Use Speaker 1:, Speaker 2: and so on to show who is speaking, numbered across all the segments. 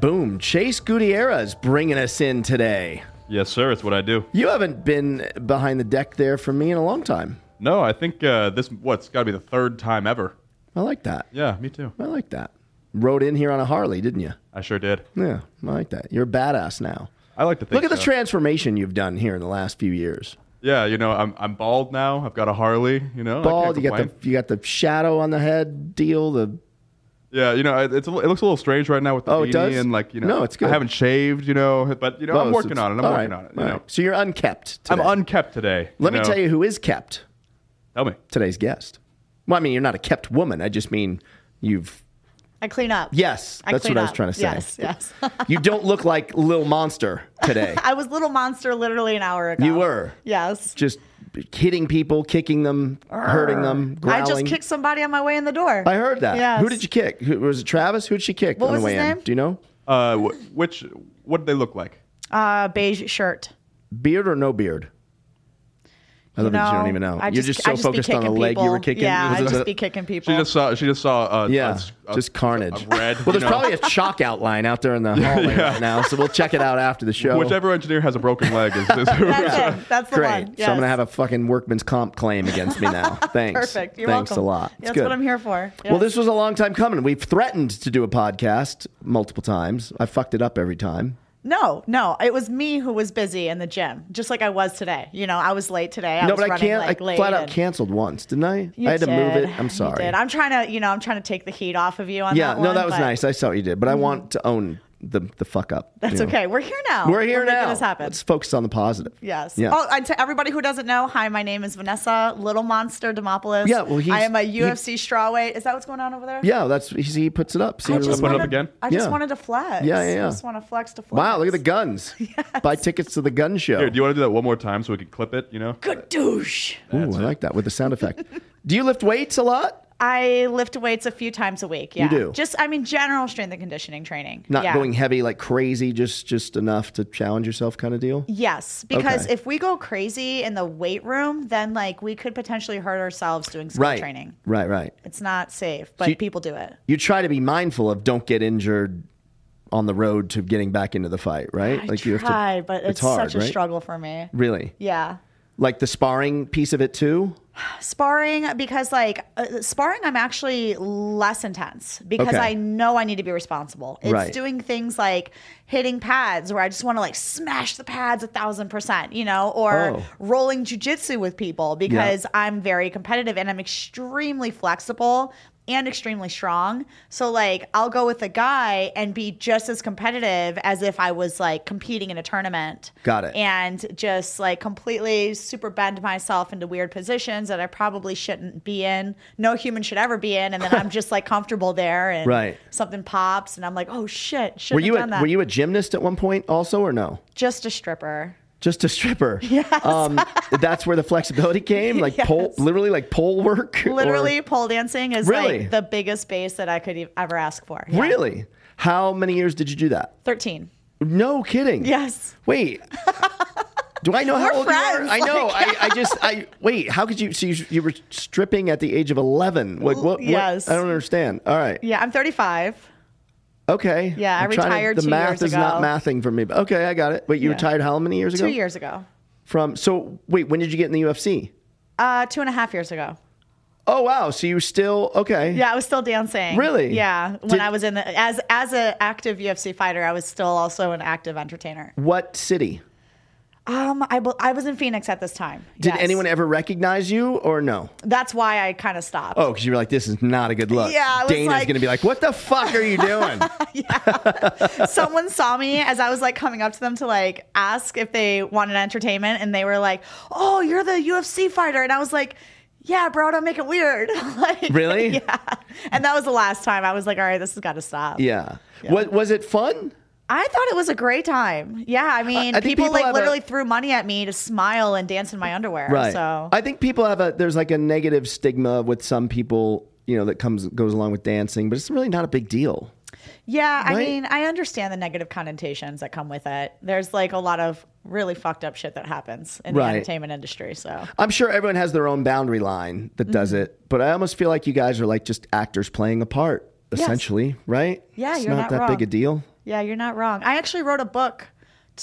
Speaker 1: Boom. Chase Gutierrez bringing us in today.
Speaker 2: Yes, sir. It's what I do.
Speaker 1: You haven't been behind the deck there for me in a long time.
Speaker 2: No, I think uh, this what's got to be the third time ever.
Speaker 1: I like that.
Speaker 2: Yeah, me too.
Speaker 1: I like that. Rode in here on a Harley, didn't you?
Speaker 2: I sure did.
Speaker 1: Yeah, I like that. You're a badass now.
Speaker 2: I like to think.
Speaker 1: Look at the
Speaker 2: so.
Speaker 1: transformation you've done here in the last few years.
Speaker 2: Yeah, you know, I'm I'm bald now. I've got a Harley. You know, I can't
Speaker 1: Bald, you got the
Speaker 2: complain.
Speaker 1: you got the shadow on the head deal, the
Speaker 2: Yeah, you know, it- it's a, li- it looks a little strange right now with the
Speaker 1: Oh,
Speaker 2: beanie
Speaker 1: it does?
Speaker 2: and like you know,
Speaker 1: No, it's good.
Speaker 2: I haven't shaved, you know, but you know, I'm
Speaker 1: bows.
Speaker 2: working
Speaker 1: It's-
Speaker 2: on it. I'm
Speaker 1: all
Speaker 2: working
Speaker 1: right,
Speaker 2: on it. You
Speaker 1: all
Speaker 2: know,
Speaker 1: right. So you're unkept. Today.
Speaker 2: I'm unkept today.
Speaker 1: Let me
Speaker 2: know.
Speaker 1: tell you who is kept.
Speaker 2: Tell me.
Speaker 1: Today's guest. Well, I mean, you're not a kept woman. I just mean you've.
Speaker 3: I clean up.
Speaker 1: Yes,
Speaker 3: I
Speaker 1: that's
Speaker 3: clean
Speaker 1: what I was
Speaker 3: up.
Speaker 1: trying to say.
Speaker 3: Yes, yes.
Speaker 1: you don't look like Lil Monster today.
Speaker 3: I was little monster literally an hour ago.
Speaker 1: You were.
Speaker 3: Yes.
Speaker 1: just hitting people, kicking them, hurting them, growling.
Speaker 3: I just kicked somebody on my way in the door.
Speaker 1: I heard that.
Speaker 3: Yes.
Speaker 1: Who did you kick? Who, was it Travis? Who did she kick
Speaker 3: What
Speaker 1: on
Speaker 3: was
Speaker 1: the way
Speaker 3: his
Speaker 1: in?
Speaker 3: name?
Speaker 1: Do you know?
Speaker 2: Uh, wh- which what did they look like?
Speaker 3: Uh, beige shirt.
Speaker 1: Beard or no beard? I love that you don't
Speaker 3: No,
Speaker 1: even know.
Speaker 3: I
Speaker 1: You're just
Speaker 3: I
Speaker 1: so
Speaker 3: be
Speaker 1: focused on the
Speaker 3: kicking
Speaker 1: leg you were
Speaker 3: people.
Speaker 1: kicking.
Speaker 3: Yeah,
Speaker 1: Was
Speaker 3: I
Speaker 1: it
Speaker 3: just
Speaker 1: a-
Speaker 3: be kicking people.
Speaker 2: She just saw. She just saw. Uh, a
Speaker 1: yeah,
Speaker 2: s- a-
Speaker 1: just carnage.
Speaker 2: A red.
Speaker 1: well,
Speaker 2: you
Speaker 1: there's
Speaker 2: know,
Speaker 1: probably a chalk outline out there in the hallway right now, so we'll check it out after the show.
Speaker 2: whichever engineer has a broken leg is, is who.
Speaker 3: That's it. That's the
Speaker 1: Great.
Speaker 3: one.
Speaker 1: So I'm gonna have a fucking workman's comp claim against me now. Thanks.
Speaker 3: Perfect. You're
Speaker 1: Thanks
Speaker 3: welcome.
Speaker 1: a lot. It's
Speaker 3: That's
Speaker 1: good.
Speaker 3: what I'm here for.
Speaker 1: Well,
Speaker 3: Yes.
Speaker 1: this was a long time coming. We've threatened to do a podcast multiple times. I fucked it up every time.
Speaker 3: No, no. It was me who was busy in the gym, just like I was today. You know, I was late today. I
Speaker 1: no,
Speaker 3: was
Speaker 1: but I
Speaker 3: running,
Speaker 1: can't.
Speaker 3: Like,
Speaker 1: I
Speaker 3: late
Speaker 1: flat out
Speaker 3: and-
Speaker 1: canceled once, didn't I?
Speaker 3: You
Speaker 1: I had to move
Speaker 3: did.
Speaker 1: it. I'm
Speaker 3: You
Speaker 1: sorry.
Speaker 3: did. I'm trying to, you know, I'm trying to take the heat off of you on
Speaker 1: yeah,
Speaker 3: that
Speaker 1: no,
Speaker 3: one,
Speaker 1: that was
Speaker 3: but Mm-hmm.
Speaker 1: nice. I saw what you did, but I want to own the the fuck up.
Speaker 3: That's
Speaker 1: you know.
Speaker 3: okay. We're here now.
Speaker 1: We're here
Speaker 3: making
Speaker 1: now.
Speaker 3: This happen.
Speaker 1: Let's focus on the positive.
Speaker 3: Yes.
Speaker 1: Yeah.
Speaker 3: Oh, and to everybody who doesn't know, hi, my name is Vanessa Little Monster Demopoulos.
Speaker 1: Yeah, well, he's-
Speaker 3: I am a
Speaker 1: he-
Speaker 3: UFC strawweight. Is that what's going on over there?
Speaker 1: yeah, that's he, he puts it up. See,
Speaker 3: I
Speaker 1: what
Speaker 3: just
Speaker 1: I'm-
Speaker 2: Put it up
Speaker 3: wanted,
Speaker 2: again?
Speaker 3: I just
Speaker 1: Yeah.
Speaker 3: wanted to flex.
Speaker 1: Yeah, yeah, yeah.
Speaker 3: I just want to flex to flex.
Speaker 1: Wow, look at the guns. Buy tickets to the gun show.
Speaker 2: Here, do you want to do that one more time so we can clip it? You know.
Speaker 3: good douche.
Speaker 1: Ooh, I like that with the sound effect. do you lift weights a lot?
Speaker 3: I lift weights a few times a week. Yeah.
Speaker 1: do?
Speaker 3: Just, I mean, general strength and conditioning training.
Speaker 1: Not
Speaker 3: yeah.
Speaker 1: going heavy like crazy, just just enough to challenge yourself, kind of deal.
Speaker 3: Yes, because
Speaker 1: Okay.
Speaker 3: if we go crazy in the weight room, then like we could potentially hurt ourselves doing skill
Speaker 1: Right.
Speaker 3: training.
Speaker 1: Right. Right.
Speaker 3: It's not safe, but
Speaker 1: you-
Speaker 3: people do it.
Speaker 1: you try to be mindful of don't get injured on the road to getting back into the fight, right?
Speaker 3: I try, but it's, such a
Speaker 1: right?
Speaker 3: struggle for me.
Speaker 1: Really,
Speaker 3: Yeah.
Speaker 1: like the sparring piece of it too.
Speaker 3: sparring because like uh, sparring i'm actually less intense because
Speaker 1: Okay.
Speaker 3: i know i need to be responsible it's
Speaker 1: Right.
Speaker 3: doing things like hitting pads where i just want to like smash the pads a thousand percent you know or
Speaker 1: Oh.
Speaker 3: rolling jujitsu with people because i'm very competitive and i'm extremely flexible and extremely strong so like i'll go with a guy and be just as competitive as if i was like competing in a tournament
Speaker 1: Got it.
Speaker 3: and just like completely super bend myself into weird positions that I probably shouldn't be in. No human should ever be in. And then I'm just like comfortable there and
Speaker 1: Right.
Speaker 3: something pops and I'm like, oh shit, should
Speaker 1: Were
Speaker 3: have
Speaker 1: you
Speaker 3: done
Speaker 1: a,
Speaker 3: that.
Speaker 1: were you a gymnast at one point also or no?
Speaker 3: just a stripper?
Speaker 1: Just a stripper. Yes. Um, that's where the flexibility came, like pole,
Speaker 3: Yes.
Speaker 1: literally like pole work. or-
Speaker 3: Literally, pole dancing is
Speaker 1: Really?
Speaker 3: like the biggest base that I could e- ever ask for. Yeah.
Speaker 1: really. How many years did you do that?
Speaker 3: 13.
Speaker 1: No kidding.
Speaker 3: Yes.
Speaker 1: Wait. Do I know how
Speaker 3: We're
Speaker 1: old you are?
Speaker 3: friends,
Speaker 1: I know. I, I just I wait. How could you? So you, you were stripping at the age of eleven. Like what? what-
Speaker 3: Yes.
Speaker 1: I don't understand. All right.
Speaker 3: Yeah, I'm 35.
Speaker 1: Okay.
Speaker 3: Yeah, I
Speaker 1: I'm trying to-
Speaker 3: retired
Speaker 1: The
Speaker 3: two
Speaker 1: math
Speaker 3: years
Speaker 1: is not
Speaker 3: ago.
Speaker 1: mathing for me. But okay, I got it. Wait, you
Speaker 3: Yeah.
Speaker 1: retired how many years ago?
Speaker 3: Two years ago.
Speaker 1: From so wait, when did you get in the UFC?
Speaker 3: Uh, two and a half years ago.
Speaker 1: Oh wow. So you still okay?
Speaker 3: Yeah, I was still dancing.
Speaker 1: Really?
Speaker 3: Yeah. When
Speaker 1: Did-
Speaker 3: I was in the as as an active UFC fighter, I was still also an active entertainer.
Speaker 1: What city?
Speaker 3: Um, I, bel- I was in Phoenix at this time.
Speaker 1: Did
Speaker 3: Yes.
Speaker 1: anyone e-, ever recognize you or no?
Speaker 3: That's why I kind of stopped.
Speaker 1: Oh, because you were like, this is not a good look.
Speaker 3: Yeah, I was
Speaker 1: Dana's
Speaker 3: like-
Speaker 1: gonna be like, what the fuck are you doing?
Speaker 3: Someone saw me as I was like coming up to them to like ask if they wanted entertainment, and they were like, "Oh, you're the UFC fighter," and I was like. Yeah, bro, don't make it weird. like,
Speaker 1: Really?
Speaker 3: Yeah. And that was the last time I was like, all right, this has got to stop.
Speaker 1: yeah. What was it fun?
Speaker 3: I thought it was a great time. Yeah. I mean,
Speaker 1: I think
Speaker 3: people,
Speaker 1: people have
Speaker 3: like
Speaker 1: a-
Speaker 3: literally threw money at me to smile and dance in my underwear.
Speaker 1: right
Speaker 3: So
Speaker 1: i think people have a there's like a negative stigma with some people you know that comes goes along with dancing but it's really not a big deal
Speaker 3: Yeah, I
Speaker 1: Right?
Speaker 3: mean, I understand the negative connotations that come with it. There's like a lot of really fucked up shit that happens in
Speaker 1: Right.
Speaker 3: the entertainment industry. So
Speaker 1: i'm sure everyone has their own boundary line that does
Speaker 3: Mm-hmm.
Speaker 1: it but i almost feel like you guys are like just actors playing a part essentially right
Speaker 3: Yeah,
Speaker 1: it's
Speaker 3: you're
Speaker 1: not
Speaker 3: not
Speaker 1: that big
Speaker 3: wrong.
Speaker 1: a deal
Speaker 3: Yeah, you're not wrong. I actually wrote a book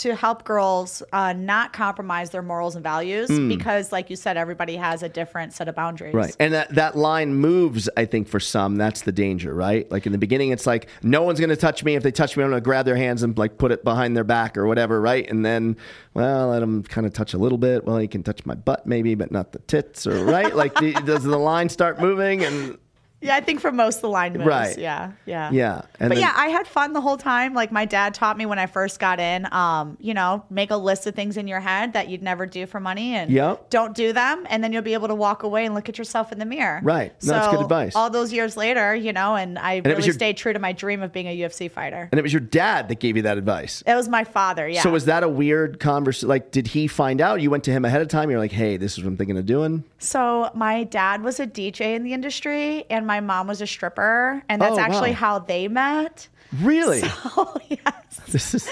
Speaker 3: to help girls uh, not compromise their morals and values because, like you said, everybody has a different set of boundaries.
Speaker 1: Hmm. Right. And that, that line moves, I think, for some. That's the danger, right? Like in the beginning, it's like, no one's going to touch me. If they touch me, I'm going to grab their hands and like put it behind their back or whatever, right? And then, well, let them kind of touch a little bit. Well, he can touch my butt maybe, but not the tits or, right? like, the, does the line start moving? And
Speaker 3: Yeah, I think for most the line moves.
Speaker 1: Right.
Speaker 3: Yeah. Yeah.
Speaker 1: yeah. And
Speaker 3: but
Speaker 1: then-
Speaker 3: yeah, I had fun the whole time. Like my dad taught me when I first got in, um, you know, make a list of things in your head that you'd never do for money and
Speaker 1: Yep.
Speaker 3: don't do them. And then you'll be able to walk away and look at yourself in the mirror.
Speaker 1: Right. No, that's
Speaker 3: so
Speaker 1: good advice.
Speaker 3: All those years later, you know, and I
Speaker 1: was
Speaker 3: really
Speaker 1: your-
Speaker 3: stayed true to my dream of being a UFC fighter.
Speaker 1: and it was your dad that gave you that advice.
Speaker 3: It was my father. Yeah.
Speaker 1: So was that a weird conversation? Like, did he find out? You went to him ahead of time. You're like, hey, this is what I'm thinking of doing.
Speaker 3: So my dad was a DJ in the industry, and my mom was a stripper, and that's
Speaker 1: Oh, wow.
Speaker 3: actually how they met.
Speaker 1: Really?
Speaker 3: Oh yes,
Speaker 1: This is,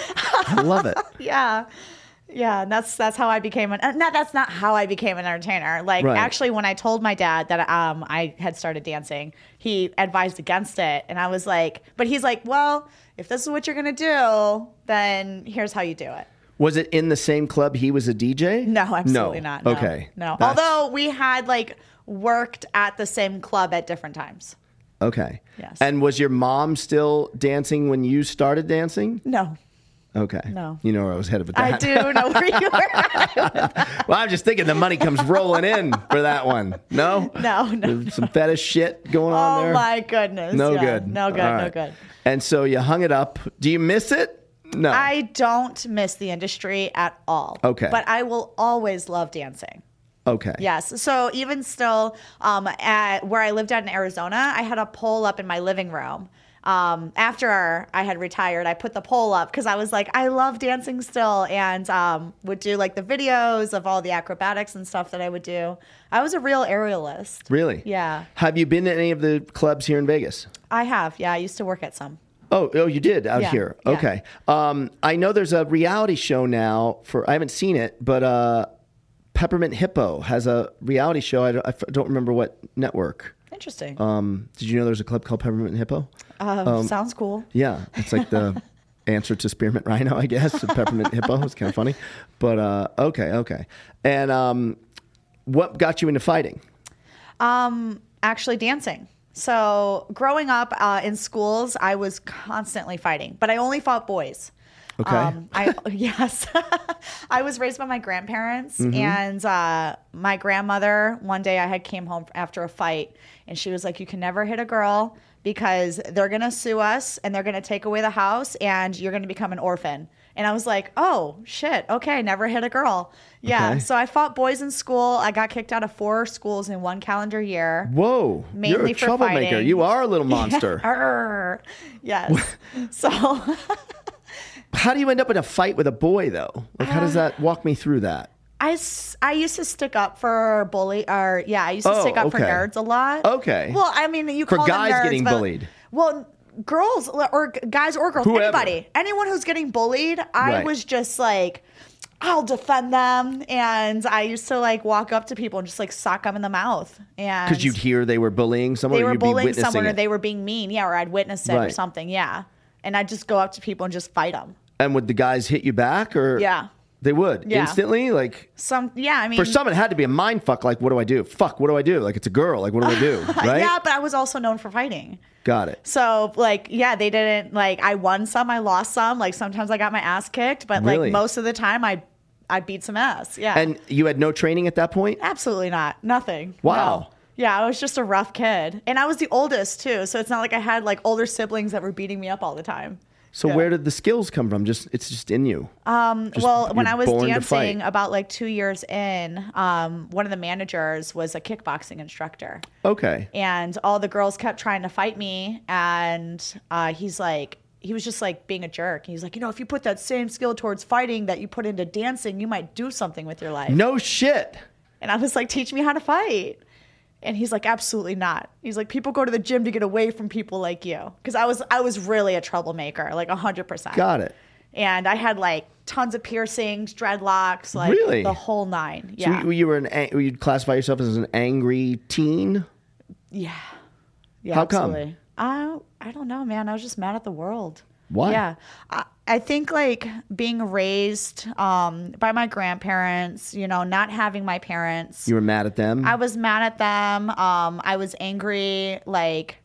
Speaker 1: I love it.
Speaker 3: yeah, yeah. And that's that's how I became an. uh, No, that's not how I became an entertainer. Like
Speaker 1: Right.
Speaker 3: actually, when I told my dad that um I had started dancing, he advised against it, and I was like, but he's like, well, if this is what you're gonna do, then here's how you do it.
Speaker 1: Was it in the same club he was a DJ?
Speaker 3: No, absolutely not. No,
Speaker 1: Okay.
Speaker 3: no.
Speaker 1: That's-
Speaker 3: Although we had like worked at the same club at different times.
Speaker 1: Okay.
Speaker 3: Yes.
Speaker 1: And was your mom still dancing when you started dancing?
Speaker 3: No.
Speaker 1: Okay.
Speaker 3: No.
Speaker 1: You know where I was headed with that.
Speaker 3: I do know where you were.
Speaker 1: Well, I'm just thinking the money comes rolling in for that one. No?
Speaker 3: No, no,
Speaker 1: There's Some fetish shit going on
Speaker 3: oh
Speaker 1: there.
Speaker 3: my goodness.
Speaker 1: No
Speaker 3: Yeah.
Speaker 1: good.
Speaker 3: No good.
Speaker 1: All
Speaker 3: No
Speaker 1: right.
Speaker 3: good.
Speaker 1: And so you hung it up. Do you miss it? No.
Speaker 3: I don't miss the industry at all.
Speaker 1: Oh. Okay.
Speaker 3: But I will always love dancing.
Speaker 1: okay.
Speaker 3: Yes. So even still, um, at where I lived out in Arizona, I had a pole up in my living room. Um, after I had retired, I put the pole up because I was like, I love dancing still, and um, would do like the videos of all the acrobatics and stuff that I would do. I was a real aerialist.
Speaker 1: Really?
Speaker 3: Yeah.
Speaker 1: Have you been to any of the clubs here in Vegas?
Speaker 3: I have. Yeah, I used to work at some.
Speaker 1: Oh, oh, you did out
Speaker 3: Yeah,
Speaker 1: here.
Speaker 3: yeah.
Speaker 1: Okay. Um, I know there's a reality show now for I haven't seen it, but uh, Peppermint Hippo has a reality show. I don't, I f- don't remember what network.
Speaker 3: Interesting.
Speaker 1: Um, did you know there's a club called Peppermint Hippo?
Speaker 3: Um, sounds cool.
Speaker 1: Yeah, it's like the answer to Spearmint Rhino, I guess. the Peppermint Hippo. It's kind of funny, but uh, okay, okay. And um, what got you into fighting?
Speaker 3: Um, actually, dancing. So growing up uh, in schools, I was constantly fighting, but I only fought boys. Um,
Speaker 1: Okay.
Speaker 3: I yes, I was raised by my grandparents,
Speaker 1: Mm-hmm.
Speaker 3: and uh, my grandmother. One day, I had came home after a fight, and she was like, "You can never hit a girl because they're gonna sue us, and they're gonna take away the house, and you're gonna become an orphan." And I was like, "Oh shit, okay, never hit a girl." Yeah.
Speaker 1: Okay.
Speaker 3: So I fought boys in school. I got kicked out of four schools in one calendar year.
Speaker 1: Whoa, you're
Speaker 3: Mainly
Speaker 1: a
Speaker 3: for
Speaker 1: troublemaker.
Speaker 3: fighting.
Speaker 1: You are a little monster.
Speaker 3: Arr. Yes. so.
Speaker 1: How do you end up in a fight with a boy though? Like, how does
Speaker 3: Uh,
Speaker 1: that walk me through that?
Speaker 3: I, s- I used to stick up for bully or yeah I used to
Speaker 1: Oh,
Speaker 3: stick up for
Speaker 1: okay.
Speaker 3: nerds a lot.
Speaker 1: Okay.
Speaker 3: Well, I mean you
Speaker 1: For
Speaker 3: call them
Speaker 1: guys
Speaker 3: nerds,
Speaker 1: getting
Speaker 3: but-
Speaker 1: bullied.
Speaker 3: Well, girls or g- guys or girls,
Speaker 1: Whoever.
Speaker 3: anybody, anyone who's getting bullied, I
Speaker 1: Right.
Speaker 3: was just like, I'll defend them, and I used to like walk up to people and just like sock them in the mouth, and
Speaker 1: Because you'd hear they were bullying someone,
Speaker 3: they
Speaker 1: or
Speaker 3: were
Speaker 1: you'd be
Speaker 3: bullying
Speaker 1: witnessing
Speaker 3: someone or
Speaker 1: it.
Speaker 3: they were being mean, yeah, or I'd witness it or
Speaker 1: Right.
Speaker 3: something, yeah, and I'd just go up to people and just fight them,
Speaker 1: and would the guys hit you back, or
Speaker 3: Yeah.
Speaker 1: they would
Speaker 3: Yeah.
Speaker 1: instantly? Like
Speaker 3: some yeah, I mean
Speaker 1: for some, it had to be a mind fuck. Like, what do I do? Fuck, what do I do? Like, it's a girl. Like, what do I do? Right?
Speaker 3: yeah, but I was also known for fighting.
Speaker 1: Got it.
Speaker 3: So like yeah, they didn't like I won some, I lost some. Like sometimes I got my ass kicked, but
Speaker 1: Really?
Speaker 3: like most of the time I I beat some ass. Yeah.
Speaker 1: And you had no training at that point.
Speaker 3: absolutely not. Nothing.
Speaker 1: Wow.
Speaker 3: No. Yeah, I was just a rough kid. And I was the oldest too, so it's not like I had like older siblings that were beating me up all the time.
Speaker 1: So
Speaker 3: Yeah.
Speaker 1: where did the skills come from? Just it's just in you. Just
Speaker 3: Um, well, when
Speaker 1: you're
Speaker 3: I was
Speaker 1: born to
Speaker 3: dancing
Speaker 1: fight.
Speaker 3: about like 2 years in, um, one of the managers was a kickboxing instructor.
Speaker 1: okay.
Speaker 3: and all the girls kept trying to fight me and uh, he's like he was just like being a jerk he's like you know if you put that same skill towards fighting that you put into dancing you might do something with your life
Speaker 1: No shit.
Speaker 3: and i was like teach me how to fight and he's like absolutely not he's like people go to the gym to get away from people like you because i was i was really a troublemaker like 100%
Speaker 1: Got it.
Speaker 3: and i had like tons of piercings dreadlocks like
Speaker 1: Really?
Speaker 3: the whole nine
Speaker 1: So
Speaker 3: yeah
Speaker 1: you, you were an ang- you'd classify yourself as an angry teen.
Speaker 3: yeah yeah
Speaker 1: How come?
Speaker 3: absolutely. i i don't know man i was just mad at the world
Speaker 1: Why?
Speaker 3: Yeah. I, I think like being raised um, by my grandparents, you know, not having my parents.
Speaker 1: You were mad at them.
Speaker 3: I was mad at them. Um, I was angry. Like,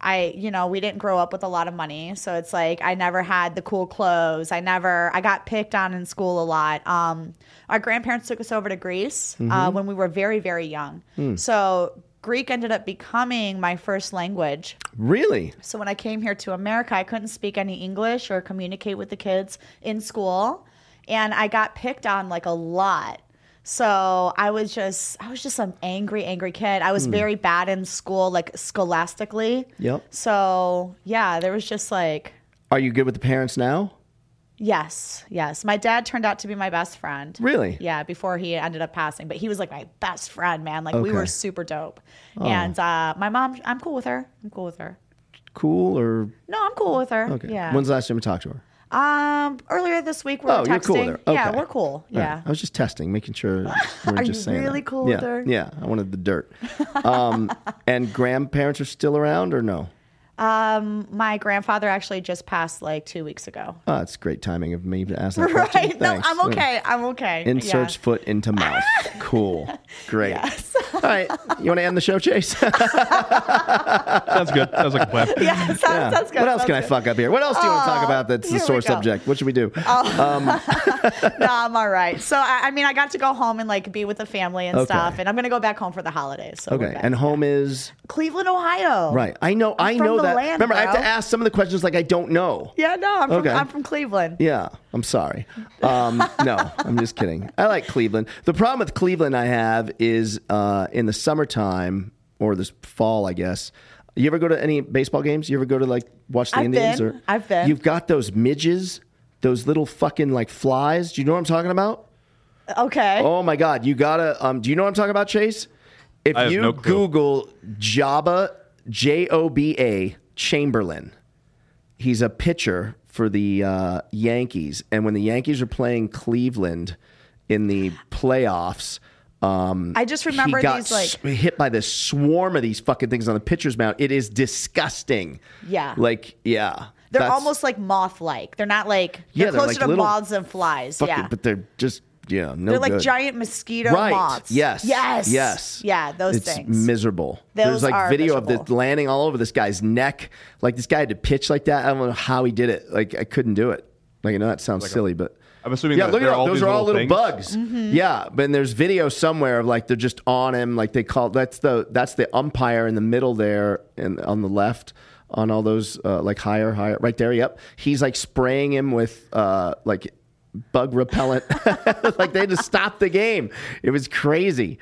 Speaker 3: I, you know, we didn't grow up with a lot of money. So it's like I never had the cool clothes. I never, I got picked on in school a lot. Um, our grandparents took us over to Greece uh, when we were very, very young. So Greek ended up becoming my first language.
Speaker 1: really?
Speaker 3: So when I came here to America, I couldn't speak any English or communicate with the kids in school, and I got picked on like a lot. So I was just I was just an angry angry kid. I was very bad in school like scholastically.
Speaker 1: Hmm. Yep.
Speaker 3: So, yeah, there was just like
Speaker 1: Are you good with the parents now?
Speaker 3: yes, yes. My dad turned out to be my best friend.
Speaker 1: Really?
Speaker 3: Yeah, before he ended up passing, but he was like my best friend, man. Like we
Speaker 1: Okay. Oh.
Speaker 3: were super dope. And uh, my mom, I'm cool with her. I'm cool with her.
Speaker 1: Cool or
Speaker 3: No, I'm cool with her.
Speaker 1: okay?
Speaker 3: Yeah.
Speaker 1: When's the last time you talked to her?
Speaker 3: Um, earlier this week we were
Speaker 1: Oh,
Speaker 3: texting.
Speaker 1: you're cool with her.
Speaker 3: Yeah,
Speaker 1: Okay.
Speaker 3: we're cool.
Speaker 1: All right.
Speaker 3: Yeah.
Speaker 1: I was just testing, making sure. we weren't
Speaker 3: Are
Speaker 1: just
Speaker 3: you
Speaker 1: saying
Speaker 3: really
Speaker 1: that.
Speaker 3: cool with
Speaker 1: yeah.
Speaker 3: her?
Speaker 1: Yeah. I wanted the dirt. Um, and grandparents are still around or no?
Speaker 3: My grandfather actually just passed like two weeks ago.
Speaker 1: Oh, it's great timing of me to ask that question.
Speaker 3: Right? No,
Speaker 1: Thanks.
Speaker 3: I'm
Speaker 1: Yeah.
Speaker 3: okay. I'm okay.
Speaker 1: Inserts foot into mouth. Cool. Great. All right. You want to end the show, Chase?
Speaker 2: Sounds good. Sounds like a plan.
Speaker 3: Yeah. yeah, sounds,
Speaker 1: Yeah.
Speaker 3: sounds good.
Speaker 1: What else
Speaker 3: sounds
Speaker 1: can I
Speaker 3: good. Oh,
Speaker 1: fuck up here? What else do you want to talk about that's the
Speaker 3: here we
Speaker 1: sore
Speaker 3: go.
Speaker 1: subject? What should we do?
Speaker 3: No, I'm all right. So I, I mean, I got to go home and like be with the family and
Speaker 1: Okay.
Speaker 3: stuff, and I'm gonna go back home for the holidays. So we're
Speaker 1: okay.
Speaker 3: back.
Speaker 1: And home is
Speaker 3: Cleveland, Ohio.
Speaker 1: right. I know. i
Speaker 3: from
Speaker 1: know
Speaker 3: the
Speaker 1: that.
Speaker 3: land,
Speaker 1: Remember, I have to
Speaker 3: bro.
Speaker 1: ask some of the questions like I don't know.
Speaker 3: Yeah. No, I'm from
Speaker 1: Okay.
Speaker 3: I'm from Cleveland.
Speaker 1: Yeah, I'm sorry. Um, no, I'm just kidding. I like Cleveland. The problem with Cleveland I have is uh, in the summertime or this fall, I guess. You ever go to any baseball games? You ever go to like watch the
Speaker 3: I've
Speaker 1: Indians
Speaker 3: been.
Speaker 1: or
Speaker 3: I've been.
Speaker 1: You've got those midges, those little fucking like flies. Do you know what I'm talking about?
Speaker 3: Okay.
Speaker 1: Oh my god, you gotta. Um, do you know what I'm talking about, Chase? If
Speaker 2: I have
Speaker 1: you
Speaker 2: no clue.
Speaker 1: Google Jabba J O B A Chamberlain, he's a pitcher for the uh, Yankees, and when the Yankees were playing Cleveland in the playoffs. Um,
Speaker 3: I just remember
Speaker 1: he got
Speaker 3: these, like-
Speaker 1: s- hit by this swarm of these fucking things on the pitcher's mound. It is disgusting.
Speaker 3: Yeah.
Speaker 1: like yeah,
Speaker 3: They're
Speaker 1: That's
Speaker 3: almost like moth-like. They're not like
Speaker 1: Yeah,
Speaker 3: they're
Speaker 1: they're,
Speaker 3: closer
Speaker 1: like,
Speaker 3: to
Speaker 1: little
Speaker 3: moths than flies.
Speaker 1: fucking,
Speaker 3: yeah.
Speaker 1: but they're just yeah, no.
Speaker 3: They're like
Speaker 1: good.
Speaker 3: giant mosquito
Speaker 1: right.
Speaker 3: moths.
Speaker 1: Yes.
Speaker 3: Yes.
Speaker 1: Yes.
Speaker 3: Yeah, those
Speaker 1: it's
Speaker 3: things.
Speaker 1: Miserable. There's
Speaker 3: Those
Speaker 1: like
Speaker 3: are
Speaker 1: video of
Speaker 3: miserable.
Speaker 1: this landing all over this guy's neck. Like this guy had to pitch like that. I don't know how he did it. Like I couldn't do it. Like I know that sounds silly, but
Speaker 2: I'm assuming
Speaker 1: yeah,
Speaker 2: that
Speaker 1: look it
Speaker 2: they're
Speaker 1: up.
Speaker 2: all
Speaker 1: Those
Speaker 2: these
Speaker 1: are all
Speaker 2: little
Speaker 1: little bugs.
Speaker 2: things?
Speaker 3: Mm-hmm.
Speaker 1: Yeah, but there's video somewhere of like they're just on him. Like they call that's the that's the umpire in the middle there and on the left on all those uh, like higher higher right there. Yep, he's like spraying him with uh, like bug repellent. like they just stopped the game. It was crazy.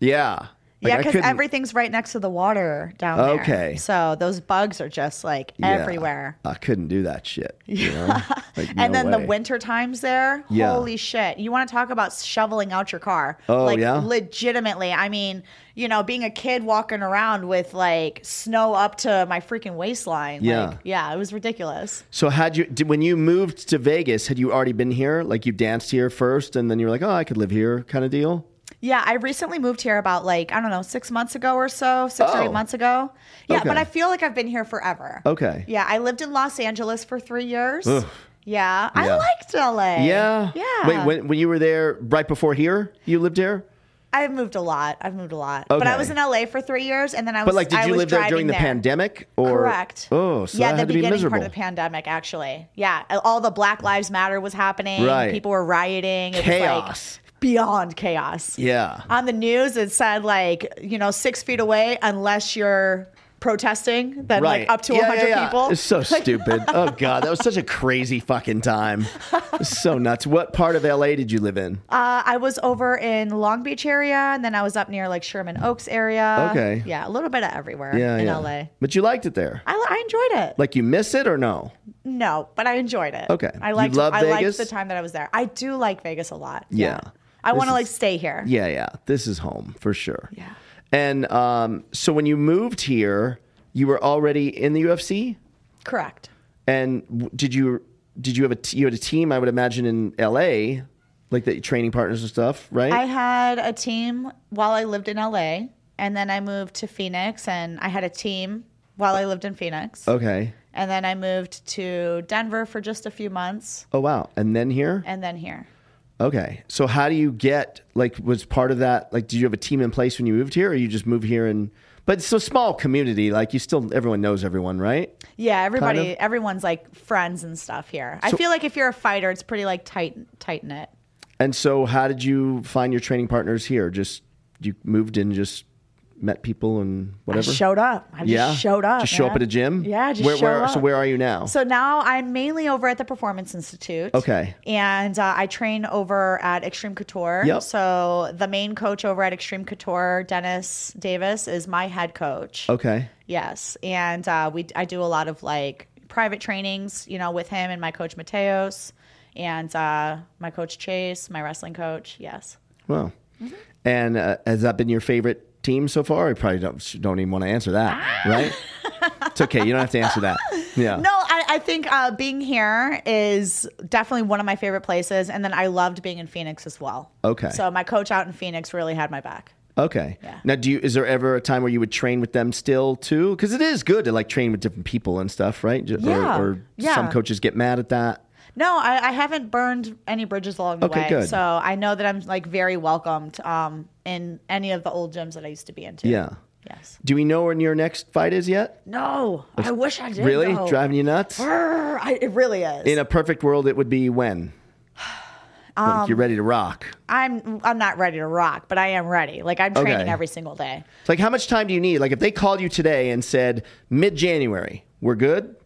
Speaker 1: Yeah. Like,
Speaker 3: yeah,
Speaker 1: I
Speaker 3: because
Speaker 1: couldn't-
Speaker 3: everything's right next to the water down there.
Speaker 1: Okay.
Speaker 3: So those bugs are just like
Speaker 1: yeah,
Speaker 3: everywhere.
Speaker 1: I couldn't do that shit. You know? Like,
Speaker 3: And
Speaker 1: no
Speaker 3: then
Speaker 1: way.
Speaker 3: the winter times there,
Speaker 1: Yeah.
Speaker 3: holy shit. You want to talk about shoveling out your car.
Speaker 1: Oh,
Speaker 3: like,
Speaker 1: yeah?
Speaker 3: legitimately. I mean, you know, being a kid walking around with like snow up to my freaking waistline.
Speaker 1: Yeah.
Speaker 3: Like, yeah, it was ridiculous.
Speaker 1: So had you did, when you moved to Vegas, had you already been here? Like you danced here first, and then you were like, "Oh, I could live here," kind of deal.
Speaker 3: Yeah, I recently moved here about like, I don't know, six months ago or so, six or
Speaker 1: Oh.
Speaker 3: eight months ago. Yeah,
Speaker 1: Okay.
Speaker 3: but I feel like I've been here forever.
Speaker 1: Okay.
Speaker 3: Yeah, I lived in Los Angeles for three years.
Speaker 1: Ugh.
Speaker 3: Yeah, I
Speaker 1: Yeah.
Speaker 3: liked LA.
Speaker 1: Yeah.
Speaker 3: Eh. Yeah.
Speaker 1: Wait, when, when you were there, right before here, you lived here.
Speaker 3: I've moved a lot. I've moved a lot. But I
Speaker 1: Okay.
Speaker 3: was in LA for three years and then I was
Speaker 1: But like, did
Speaker 3: I
Speaker 1: you
Speaker 3: was
Speaker 1: live there during
Speaker 3: driving
Speaker 1: the pandemic? Or
Speaker 3: Correct.
Speaker 1: Oh, so
Speaker 3: yeah,
Speaker 1: that
Speaker 3: the
Speaker 1: had to be
Speaker 3: beginning
Speaker 1: miserable.
Speaker 3: part of the pandemic, actually. Yeah, all the Black Lives Matter was happening.
Speaker 1: Right.
Speaker 3: People were rioting. It was
Speaker 1: Chaos.
Speaker 3: like beyond chaos.
Speaker 1: yeah.
Speaker 3: on the news it said like you know six feet away unless you're protesting then like up to
Speaker 1: Yeah,
Speaker 3: 100
Speaker 1: yeah, yeah.
Speaker 3: people
Speaker 1: It's so stupid. oh god, that was such a crazy fucking time. so nuts. What part of LA did you live in?
Speaker 3: uh, i was over in long beach area and then i was up near like sherman oaks area
Speaker 1: Okay.
Speaker 3: yeah a little bit of everywhere
Speaker 1: yeah,
Speaker 3: in
Speaker 1: yeah.
Speaker 3: la I,
Speaker 1: But you liked it there.
Speaker 3: I enjoyed it
Speaker 1: Like you miss it or no?
Speaker 3: no but i enjoyed it
Speaker 1: Okay.
Speaker 3: i
Speaker 1: You
Speaker 3: liked
Speaker 1: love
Speaker 3: i
Speaker 1: Vegas?
Speaker 3: liked the time that i was there i do like vegas a lot
Speaker 1: Yeah.
Speaker 3: i
Speaker 1: This
Speaker 3: want to
Speaker 1: is-
Speaker 3: like stay here
Speaker 1: Yeah, yeah. This is home for sure.
Speaker 3: Yeah.
Speaker 1: And um, so when you moved here, you were already in the UFC,
Speaker 3: correct
Speaker 1: and w- did you did you have a t- you had a team? I would imagine in LA, like that training partners and stuff, right?
Speaker 3: I had a team while I lived in LA, and then I moved to Phoenix, and I had a team while I lived in Phoenix,
Speaker 1: okay.
Speaker 3: And then I moved to Denver for just a few months
Speaker 1: Oh wow. And then here?
Speaker 3: and then here.
Speaker 1: Okay. So how do you get like was part of that like did you have a team in place when you moved here or you just move here and but it's a small community, like you still everyone knows everyone, right?
Speaker 3: Yeah, everybody, everyone's like friends and stuff here. I feel like if you're a fighter, it's pretty like tight, tight knit.
Speaker 1: And so how did you find your training partners here? Just you moved in just met people and
Speaker 3: I
Speaker 1: whatever?
Speaker 3: showed up. I
Speaker 1: yeah.
Speaker 3: just showed up.
Speaker 1: Just show up
Speaker 3: man.
Speaker 1: at a gym?
Speaker 3: Yeah, just
Speaker 1: where,
Speaker 3: show
Speaker 1: where,
Speaker 3: up.
Speaker 1: So where are you now?
Speaker 3: So now I'm mainly over at the Performance Institute.
Speaker 1: Okay.
Speaker 3: And uh, I train over at Extreme Couture.
Speaker 1: Yep.
Speaker 3: So the main coach over at Extreme Couture, Dennis Davis, is my head coach.
Speaker 1: okay.
Speaker 3: Yes, and uh, we I do a lot of like private trainings, you know, with him and my coach Mateos, and uh, my coach Chase, my wrestling coach. Yes.
Speaker 1: Wow.
Speaker 3: Mm-hmm.
Speaker 1: And uh, has that been your favorite team so far? You probably don't don't even want to answer that, right? It's okay. You don't have to answer that. Yeah.
Speaker 3: Ah. No, I, I think uh, being here is definitely one of my favorite places, and then I loved being in Phoenix as well.
Speaker 1: Okay.
Speaker 3: So my coach out in Phoenix really had my back.
Speaker 1: Okay.
Speaker 3: Yeah.
Speaker 1: Now, do you is there ever a time where you would train with them still too? Because it is good to like train with different people and stuff, right? Ju-
Speaker 3: Yeah.
Speaker 1: Or, or
Speaker 3: Yeah.
Speaker 1: some coaches get mad at that.
Speaker 3: No, I, I haven't burned any bridges along the
Speaker 1: Okay,
Speaker 3: way,
Speaker 1: good.
Speaker 3: so I know that I'm like very welcomed um, in any of the old gyms that I used to be into.
Speaker 1: Yeah.
Speaker 3: Yes.
Speaker 1: Do we know when your next fight is yet?
Speaker 3: No, I wish I did.
Speaker 1: really
Speaker 3: though.
Speaker 1: driving you nuts?
Speaker 3: Brr, I, it really is.
Speaker 1: In a perfect world, it would be when. like
Speaker 3: Um,
Speaker 1: you're ready to rock.
Speaker 3: I'm I'm not ready to rock, but I am ready. Like I'm training
Speaker 1: Okay.
Speaker 3: every single day.
Speaker 1: It's like how much time do you need? Like if they called you today and said mid January, we're good.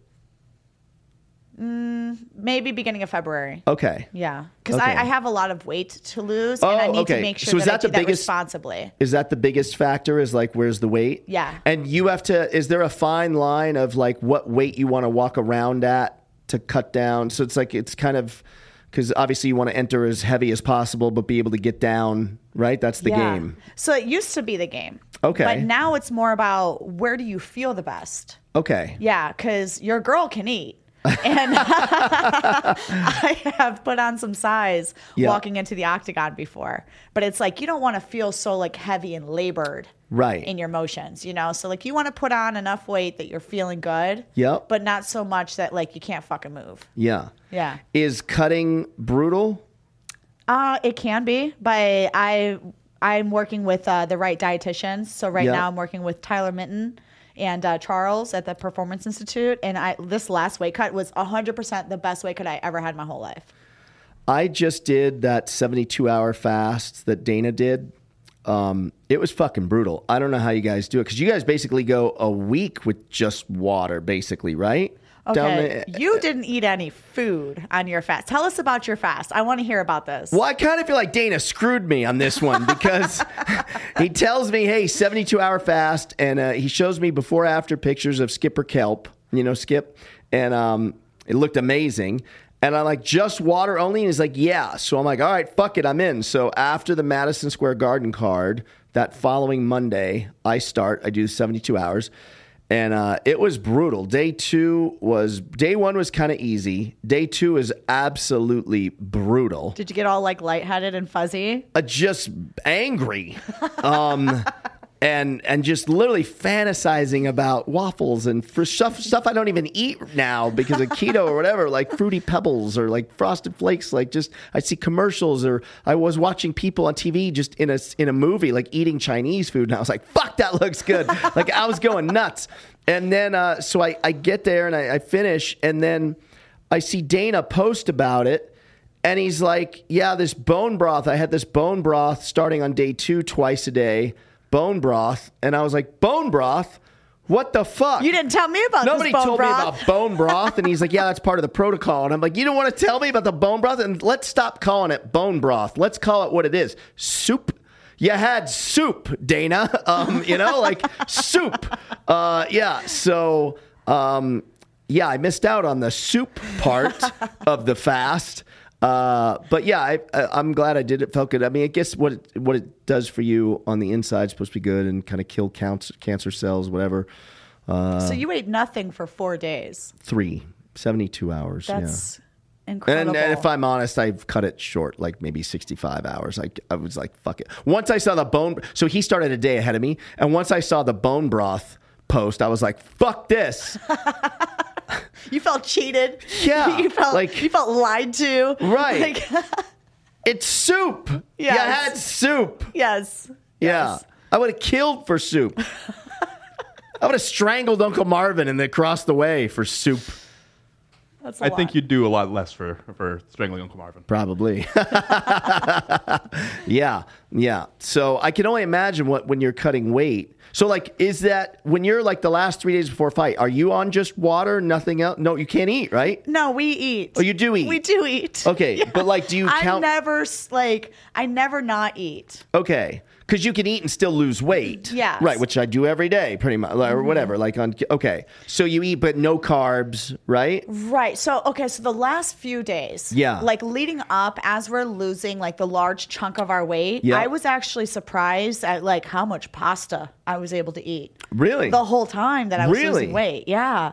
Speaker 3: Maybe beginning of February.
Speaker 1: Okay.
Speaker 3: Yeah, because
Speaker 1: Okay.
Speaker 3: I, I have a lot of weight to lose,
Speaker 1: Oh,
Speaker 3: and I need
Speaker 1: okay.
Speaker 3: to make sure
Speaker 1: So is
Speaker 3: that, I
Speaker 1: that
Speaker 3: do
Speaker 1: the
Speaker 3: that
Speaker 1: biggest-
Speaker 3: responsibly.
Speaker 1: Is that the biggest factor? Is like where's the weight?
Speaker 3: Yeah.
Speaker 1: And you have to. Is there a fine line of like what weight you want to walk around at to cut down? So it's like it's kind of because obviously you want to enter as heavy as possible, but be able to get down. Right. That's the
Speaker 3: Yeah.
Speaker 1: game.
Speaker 3: So it used to be the game.
Speaker 1: Okay.
Speaker 3: But now it's more about where do you feel the best.
Speaker 1: Okay.
Speaker 3: Yeah, because your girl can eat. and I have put on some size
Speaker 1: Yeah.
Speaker 3: walking into the octagon before. But it's like you don't want to feel so like heavy and labored
Speaker 1: Right.
Speaker 3: in your motions, you know? So like you want to put on enough weight that you're feeling good.
Speaker 1: Yep.
Speaker 3: But not so much that like you can't fucking move.
Speaker 1: Yeah.
Speaker 3: Yeah.
Speaker 1: Is cutting brutal?
Speaker 3: Uh, it can be, but I I'm working with uh, the right dietitians. So right
Speaker 1: Yeah.
Speaker 3: now I'm working with Tyler Minton and uh, Charles at the Performance Institute, and I this last weight cut was 100 percent the best weight cut I ever had in my whole life.
Speaker 1: I just did that 72 hour fast that Dana did. Um, it was fucking brutal. I don't know how you guys do it because you guys basically go a week with just water, basically, right? Down
Speaker 3: Okay,
Speaker 1: the-
Speaker 3: you didn't eat any food on your fast. Tell us about your fast. I want to hear about this.
Speaker 1: Well, I kind of feel like Dana screwed me on this one because he tells me, hey, 72 hour fast. And uh, he shows me before after pictures of Skipper Kelp, you know, Skip. And um, it looked amazing. And I'm like, just water only? And he's like, yeah. So I'm like, all right, fuck it, I'm in. So after the Madison Square Garden card, that following Monday, I start, I do 72 hours. And uh, it was brutal. Day two was, day one was kind of easy. Day two is absolutely brutal
Speaker 3: Did you get all like lightheaded and fuzzy?
Speaker 1: uh, just angry um, and and just literally fantasizing about waffles and for stuff stuff I don't even eat now because of keto or whatever like fruity pebbles or like frosted flakes like just I see commercials or I was watching people on TV just in a in a movie like eating Chinese food and I was like fuck that looks good like I was going nuts and then uh, so I, I get there and I, I finish and then I see Dana post about it and he's like, Yeah, this bone broth. I had this bone broth starting on day two twice a day, bone broth. And I was like, Bone broth? What the fuck?
Speaker 3: You didn't tell me about
Speaker 1: Nobody
Speaker 3: this bone
Speaker 1: told
Speaker 3: broth.
Speaker 1: me about bone broth. And he's like, Yeah, that's part of the protocol. And I'm like, You don't want to tell me about the bone broth? And let's stop calling it bone broth. Let's call it what it is soup. You had soup, Dana. Um, you know, like soup. Uh, yeah. So, um, yeah, I missed out on the soup part of the fast. Uh, but yeah, I, I, I'm glad I did. It felt good. I mean, I guess what it, what it does for you on the inside is supposed to be good and kind of kill counts, cancer cells, whatever. Uh.
Speaker 3: so you ate nothing for four days.
Speaker 1: Three, 72 hours.
Speaker 3: That's
Speaker 1: yeah.
Speaker 3: incredible.
Speaker 1: And, and if I'm honest, I've cut it short, like maybe 65 hours. I, I was like, fuck it. Once I saw the bone, so he started a day ahead of me. And once I saw the bone broth post, I was like, fuck this.
Speaker 3: You felt cheated.
Speaker 1: Yeah,
Speaker 3: you felt
Speaker 1: like-
Speaker 3: like you felt lied to.
Speaker 1: Right.
Speaker 3: Like,
Speaker 1: It's soup. Yeah,
Speaker 3: Yes.
Speaker 1: You had soup.
Speaker 3: yes.
Speaker 1: Yeah.
Speaker 3: Yes.
Speaker 1: I would have killed for soup. I would have strangled Uncle Marvin and then crossed the way for soup,
Speaker 3: That's a
Speaker 2: I think
Speaker 3: lot.
Speaker 2: you'd do a lot less for, for strangling Uncle Marvin.
Speaker 1: probably. yeah. Yeah. So I can only imagine what when you're cutting weight. So like is that when you're like the last three days before a fight, are you on just water, nothing else? No, you can't eat, right?
Speaker 3: No, we eat.
Speaker 1: Oh, you do eat.
Speaker 3: We do eat.
Speaker 1: Okay, but, like, do you count-
Speaker 3: I never s- like I never not eat.
Speaker 1: Okay. Because you can eat and still lose weight.
Speaker 3: Yes. Mm-hmm.
Speaker 1: Right, which I do every day, pretty much, or whatever. Like on okay, so you eat but no carbs, right?
Speaker 3: Right. So okay. So the last few days,
Speaker 1: Yeah.
Speaker 3: like leading up, as we're losing like the large chunk of our weight,
Speaker 1: Yeah.
Speaker 3: I was actually surprised at like how much pasta I was able to eat
Speaker 1: Really?
Speaker 3: the whole time that I was
Speaker 1: Really?
Speaker 3: losing weight. Yeah.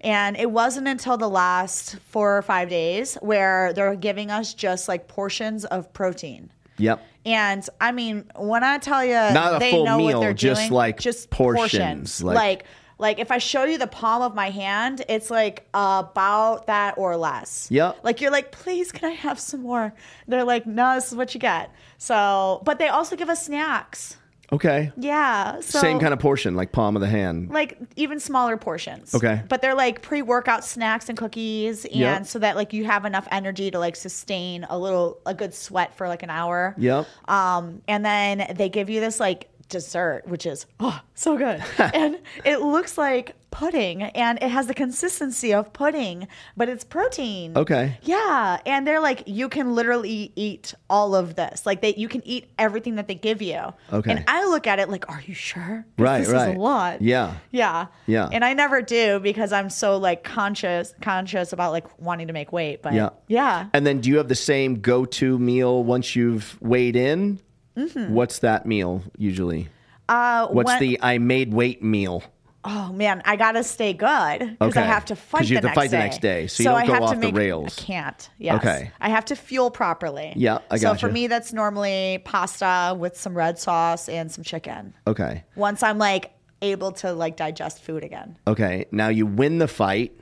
Speaker 3: And it wasn't until the last four or five days where they're giving us just like portions of protein.
Speaker 1: Yep.
Speaker 3: And I mean, when I tell you,
Speaker 1: Not a
Speaker 3: they
Speaker 1: full
Speaker 3: know
Speaker 1: meal,
Speaker 3: what they're
Speaker 1: just
Speaker 3: doing,
Speaker 1: like
Speaker 3: just
Speaker 1: portions,
Speaker 3: portions,
Speaker 1: like-
Speaker 3: like. like if I show you the palm of my hand, it's like about that or less.
Speaker 1: Yep.
Speaker 3: Like you're like, please, can I have some more? And they're like, no, this is what you get. So, but they also give us snacks.
Speaker 1: Okay.
Speaker 3: Yeah. So
Speaker 1: Same kind of portion, like palm of the hand.
Speaker 3: like even smaller portions.
Speaker 1: Okay.
Speaker 3: But they're like pre-workout snacks and cookies, and
Speaker 1: Yep.
Speaker 3: so that like you have enough energy to like sustain a little a good sweat for like an hour.
Speaker 1: Yep.
Speaker 3: Um, and then they give you this like dessert, which is oh so good, and it looks like pudding, and it has the consistency of pudding, but it's protein.
Speaker 1: Okay.
Speaker 3: Yeah, and they're like, you can literally eat all of this. Like, they you can eat everything that they give you.
Speaker 1: Okay.
Speaker 3: And I look at it like, are you sure? 'Cause
Speaker 1: Right,
Speaker 3: This
Speaker 1: right.
Speaker 3: is a lot.
Speaker 1: Yeah.
Speaker 3: Yeah.
Speaker 1: Yeah.
Speaker 3: And I never do because I'm so like conscious, conscious about like wanting to make weight. But
Speaker 1: Yeah.
Speaker 3: yeah,
Speaker 1: And then, do you have the same go-to meal once you've weighed in?
Speaker 3: Mm-hmm.
Speaker 1: What's that meal usually?
Speaker 3: Uh,
Speaker 1: What's
Speaker 3: when-
Speaker 1: the I made weight meal?
Speaker 3: Oh man, I gotta stay good because
Speaker 1: Okay.
Speaker 3: I have to
Speaker 1: 'Cause
Speaker 3: fight.
Speaker 1: you
Speaker 3: the
Speaker 1: have to
Speaker 3: next
Speaker 1: fight the
Speaker 3: day.
Speaker 1: next day, so you don't
Speaker 3: I
Speaker 1: go
Speaker 3: have
Speaker 1: off
Speaker 3: to
Speaker 1: the
Speaker 3: make,
Speaker 1: rails.
Speaker 3: I can't. Yes.
Speaker 1: Okay.
Speaker 3: I have to fuel properly.
Speaker 1: Yeah, I
Speaker 3: So
Speaker 1: gotcha.
Speaker 3: for me, that's normally pasta with some red sauce and some chicken.
Speaker 1: Okay.
Speaker 3: Once I'm like able to like digest food again.
Speaker 1: Okay. Now you win the fight,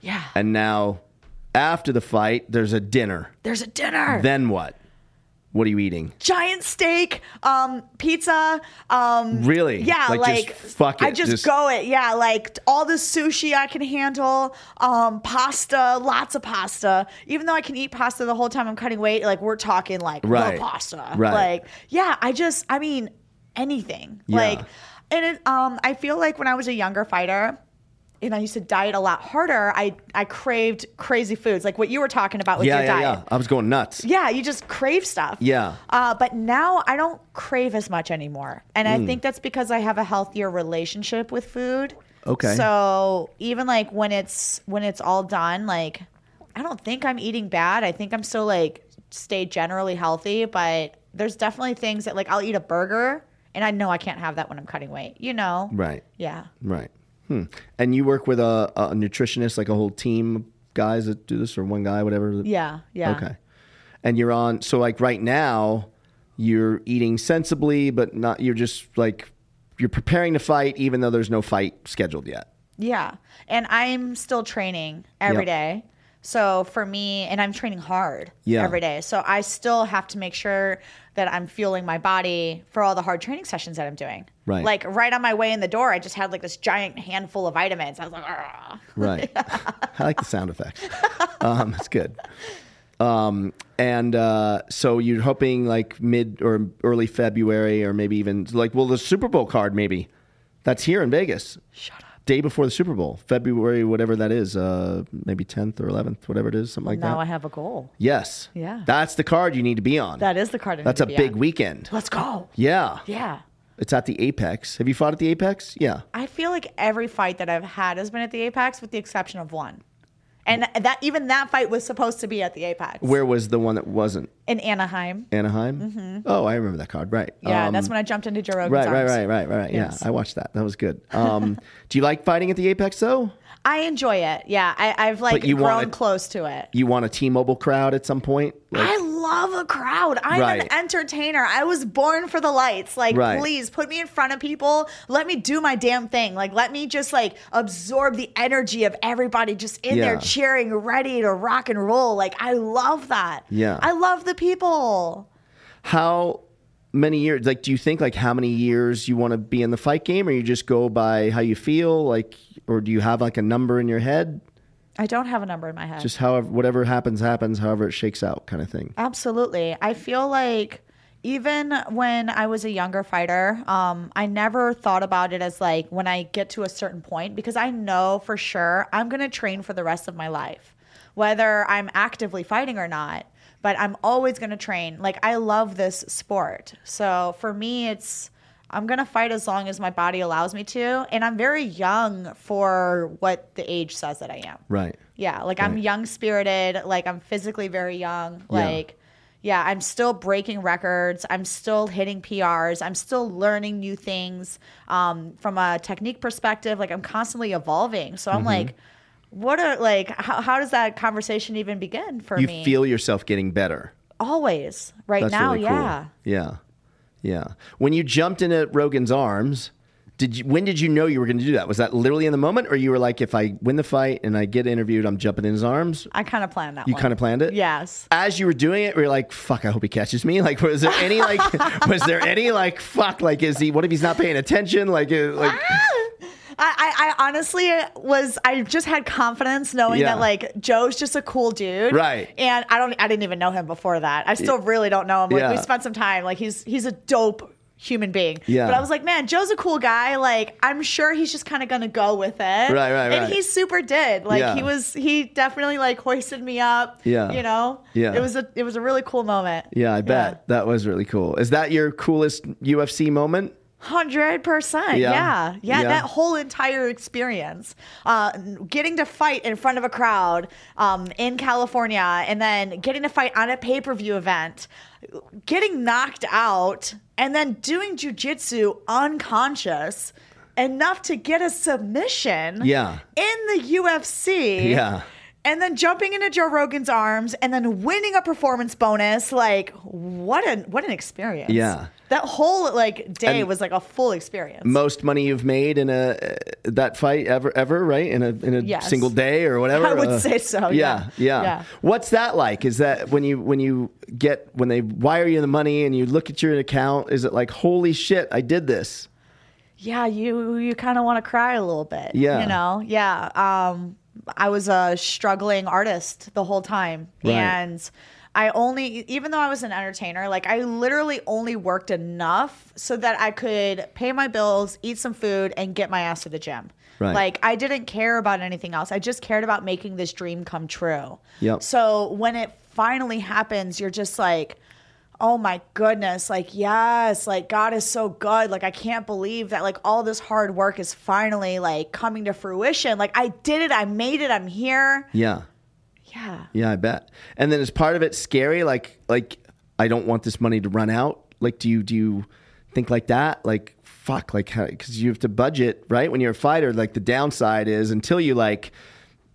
Speaker 3: Yeah.
Speaker 1: and now after the fight, there's a dinner.
Speaker 3: There's a dinner.
Speaker 1: Then what? What are you eating?
Speaker 3: Giant steak, um, pizza, um,
Speaker 1: Really?
Speaker 3: Yeah, like,
Speaker 1: just fuck it.
Speaker 3: I just, go it. Yeah, like t- all the sushi I can handle, um, pasta, lots of pasta. Even though I can eat pasta the whole time I'm cutting weight, like we're talking like the
Speaker 1: Right.
Speaker 3: pasta.
Speaker 1: Right.
Speaker 3: Like yeah, I just I mean anything.
Speaker 1: Yeah.
Speaker 3: Like and it, um I feel like when I was a younger fighter and I used to diet a lot harder. I, I craved crazy foods, like what you were talking about with
Speaker 1: Yeah,
Speaker 3: your
Speaker 1: yeah,
Speaker 3: diet.
Speaker 1: yeah. I was going nuts.
Speaker 3: Yeah, you just crave stuff.
Speaker 1: Yeah.
Speaker 3: Uh, but now I don't crave as much anymore. And
Speaker 1: Hmm.
Speaker 3: I think that's because I have a healthier relationship with food.
Speaker 1: Okay.
Speaker 3: So even like when it's when it's all done, like I don't think I'm eating bad. I think I'm still like stay generally healthy, but there's definitely things that like I'll eat a burger and I know I can't have that when I'm cutting weight, you know?
Speaker 1: Right.
Speaker 3: Yeah.
Speaker 1: Right. Hmm. And you work with a, a nutritionist, like a whole team of guys that do this, or one guy, whatever. that-
Speaker 3: Yeah. Yeah.
Speaker 1: Okay. And you're on. So like right now, you're eating sensibly, but not. You're just like you're preparing to fight, even though there's no fight scheduled yet.
Speaker 3: Yeah. And I'm still training every day. So for me, and I'm training hard
Speaker 1: Yeah.
Speaker 3: every day. So I still have to make sure that I'm fueling my body for all the hard training sessions that I'm doing.
Speaker 1: Right.
Speaker 3: Like right on my way in the door, I just had like this giant handful of vitamins. I was like, "Argh."
Speaker 1: Right. I like the sound effects. Um, it's good. Um, and uh, so you're hoping like mid or early February, or maybe even like well, the Super Bowl card maybe that's here in Vegas.
Speaker 3: shut up.
Speaker 1: day before the Super Bowl, February, whatever that is, uh, maybe 10th or 11th, whatever it is, something like
Speaker 3: Now
Speaker 1: that.
Speaker 3: I have a goal.
Speaker 1: yes.
Speaker 3: Yeah.
Speaker 1: That's the card you need to be on.
Speaker 3: That is the card. I
Speaker 1: That's
Speaker 3: need
Speaker 1: a
Speaker 3: to be
Speaker 1: big
Speaker 3: on.
Speaker 1: weekend.
Speaker 3: Let's go.
Speaker 1: Yeah.
Speaker 3: Yeah.
Speaker 1: It's at the Apex. Have you fought at the Apex? Yeah.
Speaker 3: I feel like every fight that I've had has been at the Apex, with the exception of one. And that even that fight was supposed to be at the Apex
Speaker 1: Where was the one that wasn't?
Speaker 3: in Anaheim.
Speaker 1: Anaheim? Oh, I remember that card. Right.
Speaker 3: Mm-hmm. Yeah,
Speaker 1: Um,
Speaker 3: that's when I jumped into Joe Rogan's
Speaker 1: Right, right,
Speaker 3: arms.
Speaker 1: right, right, right.
Speaker 3: Yes.
Speaker 1: Yeah, I watched that. That was good. Um, do you like fighting at the Apex though?
Speaker 3: I enjoy it. Yeah, I, I've like
Speaker 1: But you
Speaker 3: grown
Speaker 1: wanna-
Speaker 3: close to it.
Speaker 1: You want a T-Mobile crowd at some point? Like,
Speaker 3: I love a crowd. I'm
Speaker 1: Right.
Speaker 3: an entertainer. I was born for the lights. Like,
Speaker 1: Right.
Speaker 3: please put me in front of people. Let me do my damn thing. Like, let me just like absorb the energy of everybody just in there
Speaker 1: Yeah.
Speaker 3: cheering, ready to rock and roll. Like, I love that.
Speaker 1: Yeah.
Speaker 3: I love the people.
Speaker 1: How many years? Like, do you think like how many years you want to be in the fight game, or you just go by how you feel? Like, or do you have like a number in your head?
Speaker 3: I don't have a number in my head.
Speaker 1: Just however, whatever happens, happens. However, it shakes out, kind of thing.
Speaker 3: Absolutely. I feel like even when I was a younger fighter, um, I never thought about it as like when I get to a certain point because I know for sure I'm going to train for the rest of my life, whether I'm actively fighting or not. But I'm always going to train. Like, I love this sport. So for me, it's. I'm gonna fight as long as my body allows me to, and I'm very young for what the age says that I am.
Speaker 1: Right.
Speaker 3: Yeah, like I'm
Speaker 1: Right.
Speaker 3: young spirited, like I'm physically very young.
Speaker 1: Yeah.
Speaker 3: Like yeah, I'm still breaking records, I'm still hitting PRs, I'm still learning new things um from a technique perspective, like I'm constantly evolving. So
Speaker 1: Mm-hmm.
Speaker 3: I'm like what are like how, how does that conversation even begin for
Speaker 1: You
Speaker 3: me?
Speaker 1: feel yourself getting better.
Speaker 3: always right
Speaker 1: That's
Speaker 3: now,
Speaker 1: really cool.
Speaker 3: yeah.
Speaker 1: Yeah. Yeah. When you jumped into Rogan's arms, did you, when did you know you were going to do that? Was that literally in the moment, or you were like, if I win the fight and I get interviewed, I'm jumping in his arms?
Speaker 3: I kind of planned that
Speaker 1: You
Speaker 3: one.
Speaker 1: kind of planned it?
Speaker 3: Yes.
Speaker 1: As you were doing it, were you like, fuck, I hope he catches me? Like, was there any, like, was there any, like, fuck, like, is he, what if he's not paying attention? Like, uh, like
Speaker 3: Ah! I, I, I honestly was I just had confidence knowing
Speaker 1: Yeah.
Speaker 3: that like Joe's just a cool dude.
Speaker 1: Right.
Speaker 3: And I don't I didn't even know him before that. I still really don't know him. Like we
Speaker 1: Yeah.
Speaker 3: spent some time. Like he's he's a dope human being.
Speaker 1: Yeah.
Speaker 3: But I was like, man, Joe's a cool guy. Like I'm sure he's just kinda gonna go with it. Right,
Speaker 1: right,
Speaker 3: And
Speaker 1: right.
Speaker 3: he super did. Like
Speaker 1: Yeah.
Speaker 3: he was he definitely like hoisted me up.
Speaker 1: Yeah.
Speaker 3: You know?
Speaker 1: Yeah.
Speaker 3: It was a it was a really cool moment.
Speaker 1: yeah, I bet. That was really cool. Is that your coolest UFC moment?
Speaker 3: Hundred percent.
Speaker 1: Yeah.
Speaker 3: Yeah. yeah,
Speaker 1: Yeah.
Speaker 3: That whole entire experience, uh, getting to fight in front of a crowd um, in California, and then getting to fight on a pay per view event, getting knocked out, and then doing jujitsu unconscious enough to get a submission.
Speaker 1: Yeah.
Speaker 3: In the UFC.
Speaker 1: Yeah.
Speaker 3: And then jumping into Joe Rogan's arms, and then winning a performance bonus. Like what an what an experience.
Speaker 1: Yeah.
Speaker 3: That whole like day
Speaker 1: And-
Speaker 3: was like a full experience.
Speaker 1: Most money you've made in a uh, that fight ever, ever, right? In a in a
Speaker 3: Yes.
Speaker 1: single day or whatever.
Speaker 3: I would
Speaker 1: Uh,
Speaker 3: say
Speaker 1: yeah,
Speaker 3: so, yeah.
Speaker 1: yeah,
Speaker 3: Yeah.
Speaker 1: What's that like? Is that when you when you get when they wire you the money and you look at your account? Is it like holy shit, I did this?
Speaker 3: yeah, you you kind of want to cry a little bit.
Speaker 1: Yeah.
Speaker 3: You know? Yeah. Um I was a struggling artist the whole time.
Speaker 1: Right.
Speaker 3: And I only e, even though I was an entertainer, like I literally only worked enough so that I could pay my bills, eat some food and get my ass to the gym.
Speaker 1: Right.
Speaker 3: Like I didn't care about anything else. I just cared about making this dream come true.
Speaker 1: Yep.
Speaker 3: So when it finally happens, you're just like oh my goodness like yes like god is so good like i can't believe that like all this hard work is finally like coming to fruition like i did it i made it i'm here
Speaker 1: Yeah,
Speaker 3: yeah
Speaker 1: yeah, I bet. And then is part of it scary? Like like I don't want this money to run out. Like do you do you think like that? Like fuck, like because you have to budget right when you're a fighter. Like the downside is until you like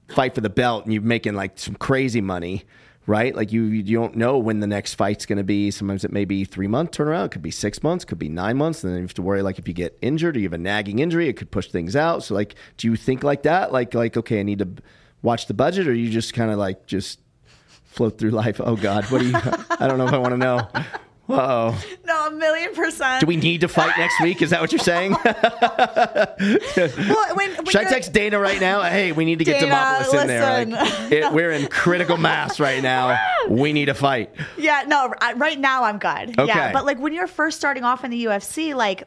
Speaker 1: fight for the belt and you're making like some crazy money, right? Like you you don't know when the next fight's going to be. Sometimes it may be three month turnaround, it could be six months, could be nine months, and then you have to worry like if you get injured or you have a nagging injury, it could push things out. So like, do you think like that? Like like okay, I need to watch the budget, or you just kind of like just float through life? Oh God, what do you? I don't know if I want to know. Whoa.
Speaker 3: no a million percent
Speaker 1: Do we need to fight next week? Is that what you're saying?
Speaker 3: well, when, when
Speaker 1: Should I
Speaker 3: you're-
Speaker 1: text Dana right now? Hey, we need to get
Speaker 3: Dana,
Speaker 1: Demopolis in there. Like,
Speaker 3: listen.
Speaker 1: it, we're in critical mass right now. We need a fight.
Speaker 3: yeah no I, right now i'm good
Speaker 1: Okay.
Speaker 3: yeah but like when you're first starting off in the ufc like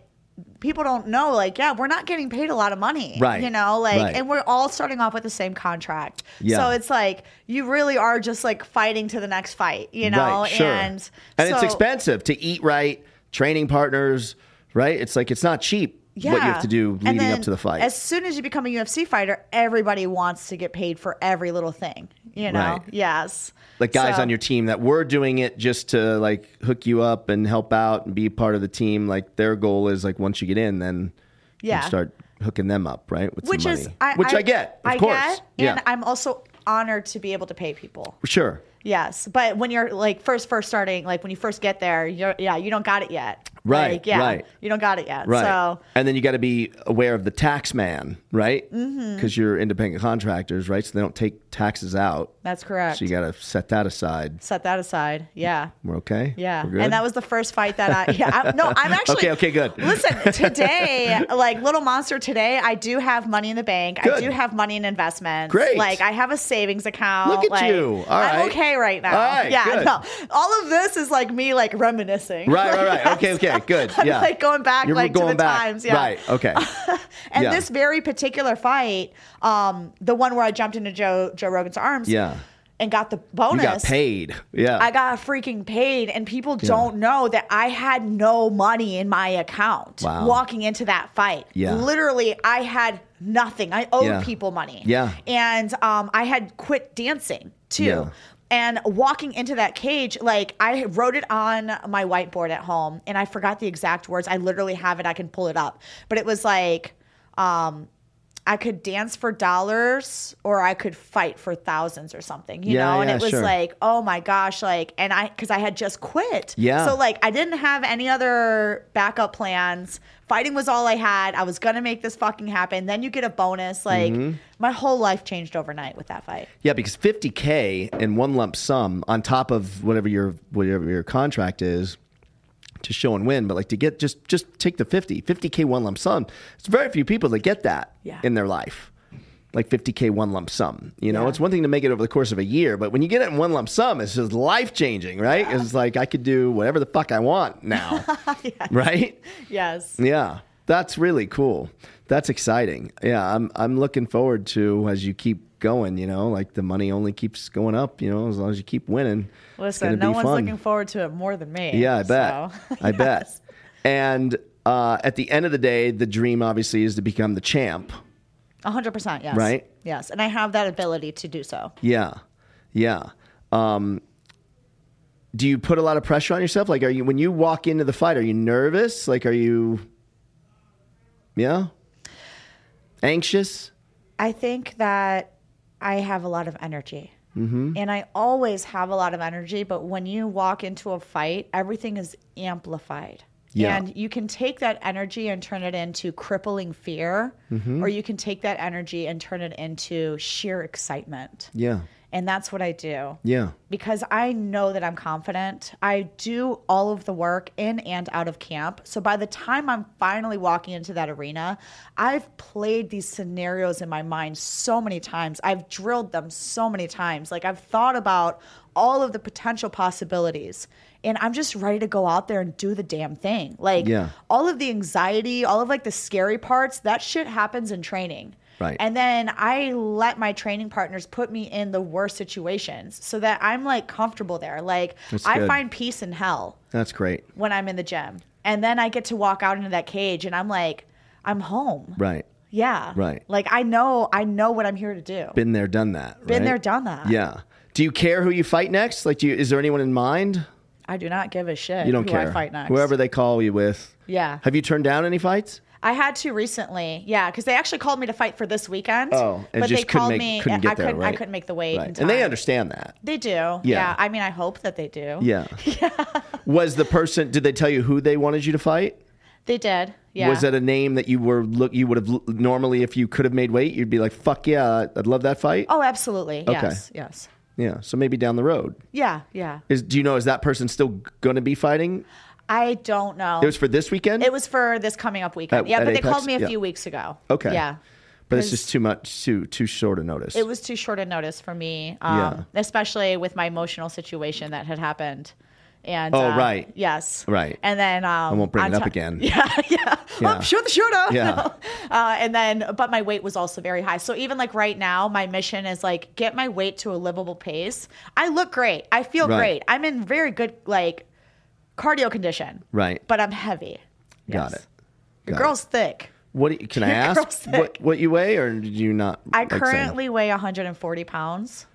Speaker 3: people don't know like yeah we're not getting paid a lot of money
Speaker 1: Right.
Speaker 3: you know like
Speaker 1: Right.
Speaker 3: and we're all starting off with the same contract
Speaker 1: Yeah.
Speaker 3: so it's like you really are just like fighting to the next fight you know
Speaker 1: right, sure.
Speaker 3: and
Speaker 1: And it's
Speaker 3: so-
Speaker 1: expensive to eat right, training partners, right? It's like it's not cheap what you have to do
Speaker 3: And
Speaker 1: leading up
Speaker 3: then
Speaker 1: to the fight.
Speaker 3: As soon as you become a UFC fighter, everybody wants to get paid for every little thing. You know?
Speaker 1: Right.
Speaker 3: Yes.
Speaker 1: like guys
Speaker 3: So-
Speaker 1: on your team that were doing it just to like hook you up and help out and be part of the team. Like their goal is like once you get in, then
Speaker 3: Yeah.
Speaker 1: you start hooking them up, right? With some
Speaker 3: which is
Speaker 1: money. which I, get, of
Speaker 3: I
Speaker 1: course.
Speaker 3: get,
Speaker 1: yeah,
Speaker 3: and I'm also honored to be able to pay people.
Speaker 1: sure.
Speaker 3: Yes, but when you're like first first starting, like when you first get there, you're yeah, you don't got it yet.
Speaker 1: Right,
Speaker 3: Like, yeah,
Speaker 1: right.
Speaker 3: you don't got it yet.
Speaker 1: Right.
Speaker 3: So
Speaker 1: and then you got to be aware of the tax man, right? Because
Speaker 3: Mm-hmm.
Speaker 1: you're independent contractors, right? So they don't take taxes out.
Speaker 3: that's correct.
Speaker 1: So you got to set that aside.
Speaker 3: Set that aside. Yeah.
Speaker 1: We're okay.
Speaker 3: Yeah,
Speaker 1: We're good?
Speaker 3: and that was the first fight that I. Yeah, I, no, I'm actually
Speaker 1: Okay, okay, good.
Speaker 3: Listen, today, like Little Monster, today I do have money in the bank. I
Speaker 1: Good.
Speaker 3: do have money in investments.
Speaker 1: Great.
Speaker 3: Like I have a savings account.
Speaker 1: Look at
Speaker 3: like,
Speaker 1: you. All
Speaker 3: I'm
Speaker 1: right.
Speaker 3: okay right now.
Speaker 1: All right,
Speaker 3: yeah,
Speaker 1: good.
Speaker 3: no, all of this is like me like reminiscing.
Speaker 1: Right, right, right. Okay, okay, good.
Speaker 3: I'm
Speaker 1: Yeah.
Speaker 3: like going back
Speaker 1: You're
Speaker 3: like to
Speaker 1: going
Speaker 3: the
Speaker 1: back.
Speaker 3: times. Yeah.
Speaker 1: Right. Okay.
Speaker 3: And
Speaker 1: Yeah.
Speaker 3: this very particular fight, um, the one where I jumped into Joe Joe Rogan's arms.
Speaker 1: Yeah.
Speaker 3: And got the
Speaker 1: You
Speaker 3: bonus.
Speaker 1: got paid. Yeah.
Speaker 3: I got freaking paid, and people don't know that I had no money in my account
Speaker 1: Wow.
Speaker 3: walking into that fight.
Speaker 1: Yeah.
Speaker 3: Literally, I had nothing. I owed
Speaker 1: Yeah.
Speaker 3: people money.
Speaker 1: Yeah.
Speaker 3: And um, I had quit dancing too.
Speaker 1: Yeah.
Speaker 3: And walking into that cage, like I wrote it on my whiteboard at home and I forgot the exact words. I literally have it, I can pull it up. But it was like, um, I could dance for dollars or I could fight for thousands or something, you
Speaker 1: Yeah,
Speaker 3: know? and
Speaker 1: yeah,
Speaker 3: it was
Speaker 1: sure.
Speaker 3: like, oh my gosh, like, and I, cause I had just quit.
Speaker 1: Yeah.
Speaker 3: So, like, I didn't have any other backup plans. Fighting was all I had. I was gonna make this fucking happen. Then you get a bonus. Like,
Speaker 1: Mm-hmm.
Speaker 3: my whole life changed overnight with that fight.
Speaker 1: yeah, because 50k in one lump sum on top of whatever your whatever your contract is to show and win, but like to get just just take the 50, 50k one lump sum. It's very few people that get that
Speaker 3: Yeah.
Speaker 1: in their life. Like 50k one lump sum. You know,
Speaker 3: Yeah.
Speaker 1: it's one thing to make it over the course of a year, but when you get it in one lump sum, it's just life changing, right? It's like I could do whatever the fuck I want now. Right?
Speaker 3: Yes.
Speaker 1: Yeah, that's really cool. That's exciting. Yeah, I'm I'm looking forward to as you keep going. You know, like the money only keeps going up. You know, as long as you keep winning. It's gonna
Speaker 3: Listen, no
Speaker 1: be
Speaker 3: one's
Speaker 1: fun.
Speaker 3: looking forward to it more than me.
Speaker 1: Yeah, I bet.
Speaker 3: so-
Speaker 1: I bet. And uh, at the end of the day, the dream obviously is to become the champ.
Speaker 3: A hundred percent. Yes.
Speaker 1: Right?
Speaker 3: Yes, and I have that ability to do so.
Speaker 1: Yeah, yeah. Um, do you put a lot of pressure on yourself? Like, are you when you walk into the fight? Are you nervous? Like, are you? Yeah. Anxious.
Speaker 3: I think that I have a lot of energy. And I always have a lot of energy, but when you walk into a fight, everything is amplified.
Speaker 1: Yeah.
Speaker 3: And you can take that energy and turn it into crippling fear, or you can take that energy and turn it into sheer excitement.
Speaker 1: Yeah.
Speaker 3: And that's what I do
Speaker 1: Yeah.
Speaker 3: because I know that I'm confident. I do all of the work in and out of camp. So by the time I'm finally walking into that arena, I've played these scenarios in my mind so many times. I've drilled them so many times. Like I've thought about all of the potential possibilities. And I'm just ready to go out there and do the damn thing. Like
Speaker 1: Yeah.
Speaker 3: all of the anxiety, all of like the scary parts, that shit happens in training.
Speaker 1: Right.
Speaker 3: And then I let my training partners put me in the worst situations so that I'm like comfortable there. Like
Speaker 1: That's
Speaker 3: I
Speaker 1: good.
Speaker 3: find peace in hell
Speaker 1: That's great.
Speaker 3: when I'm in the gym. And then I get to walk out into that cage and I'm like, I'm home.
Speaker 1: Right.
Speaker 3: Yeah.
Speaker 1: Right.
Speaker 3: Like I know I know what I'm here to do.
Speaker 1: Been there, done that.
Speaker 3: Been
Speaker 1: right?
Speaker 3: there, done that.
Speaker 1: Yeah. Do you care who you fight next? Like, do you, is there anyone in mind?
Speaker 3: I do not give a shit
Speaker 1: You don't
Speaker 3: Uh, who
Speaker 1: care.
Speaker 3: I fight next.
Speaker 1: Whoever they call you with.
Speaker 3: Yeah.
Speaker 1: Have you turned down any fights?
Speaker 3: I had to recently, yeah, because they actually called me to fight for this weekend.
Speaker 1: Oh, and
Speaker 3: but
Speaker 1: just
Speaker 3: they
Speaker 1: couldn't
Speaker 3: called
Speaker 1: make-
Speaker 3: me.
Speaker 1: couldn't get
Speaker 3: I
Speaker 1: there,
Speaker 3: couldn't. I
Speaker 1: right.
Speaker 3: couldn't make the wait. in
Speaker 1: Right. And they
Speaker 3: time.
Speaker 1: understand that.
Speaker 3: They do. Yeah. I mean, I hope that they do.
Speaker 1: Yeah. yeah. Was the person? Did they tell you who they wanted you to fight?
Speaker 3: They did. Yeah.
Speaker 1: Was that a name that you were look? You would have l- normally, if you could have made weight, you'd be like, "Fuck yeah, I'd love that fight."
Speaker 3: Oh, absolutely. Yes. Yes.
Speaker 1: Yeah. So maybe down the road.
Speaker 3: Yeah. Yeah.
Speaker 1: Is do you know is that person still going to be fighting?
Speaker 3: I don't know.
Speaker 1: It was for this weekend.
Speaker 3: for this coming up weekend.
Speaker 1: At-
Speaker 3: yeah,
Speaker 1: at
Speaker 3: but they
Speaker 1: Apex?
Speaker 3: called me a
Speaker 1: Yeah.
Speaker 3: few weeks ago.
Speaker 1: okay.
Speaker 3: Yeah.
Speaker 1: But it's just too much, too too short a notice.
Speaker 3: It was too short a notice for me, um, especially with my emotional situation that had happened. And
Speaker 1: Oh,
Speaker 3: uh,
Speaker 1: right.
Speaker 3: yes,
Speaker 1: Right.
Speaker 3: And then um, I
Speaker 1: won't bring it up
Speaker 3: ti-
Speaker 1: again.
Speaker 3: Yeah, yeah.
Speaker 1: Yeah.
Speaker 3: Oh, shoot the shooter.
Speaker 1: Yeah.
Speaker 3: uh, and then, but my weight was also very high. So even like right now, my mission is like get my weight to a livable pace. I look great. I feel
Speaker 1: Right.
Speaker 3: great. I'm in very good like cardio condition.
Speaker 1: Right.
Speaker 3: But I'm heavy.
Speaker 1: Got
Speaker 3: Yes.
Speaker 1: it.
Speaker 3: The
Speaker 1: Got it.
Speaker 3: girl's thick.
Speaker 1: What do you, can I
Speaker 3: Your
Speaker 1: ask?
Speaker 3: girl's sick.
Speaker 1: What, what you weigh, or do you not?
Speaker 3: I
Speaker 1: like saying?
Speaker 3: currently weigh 140 pounds.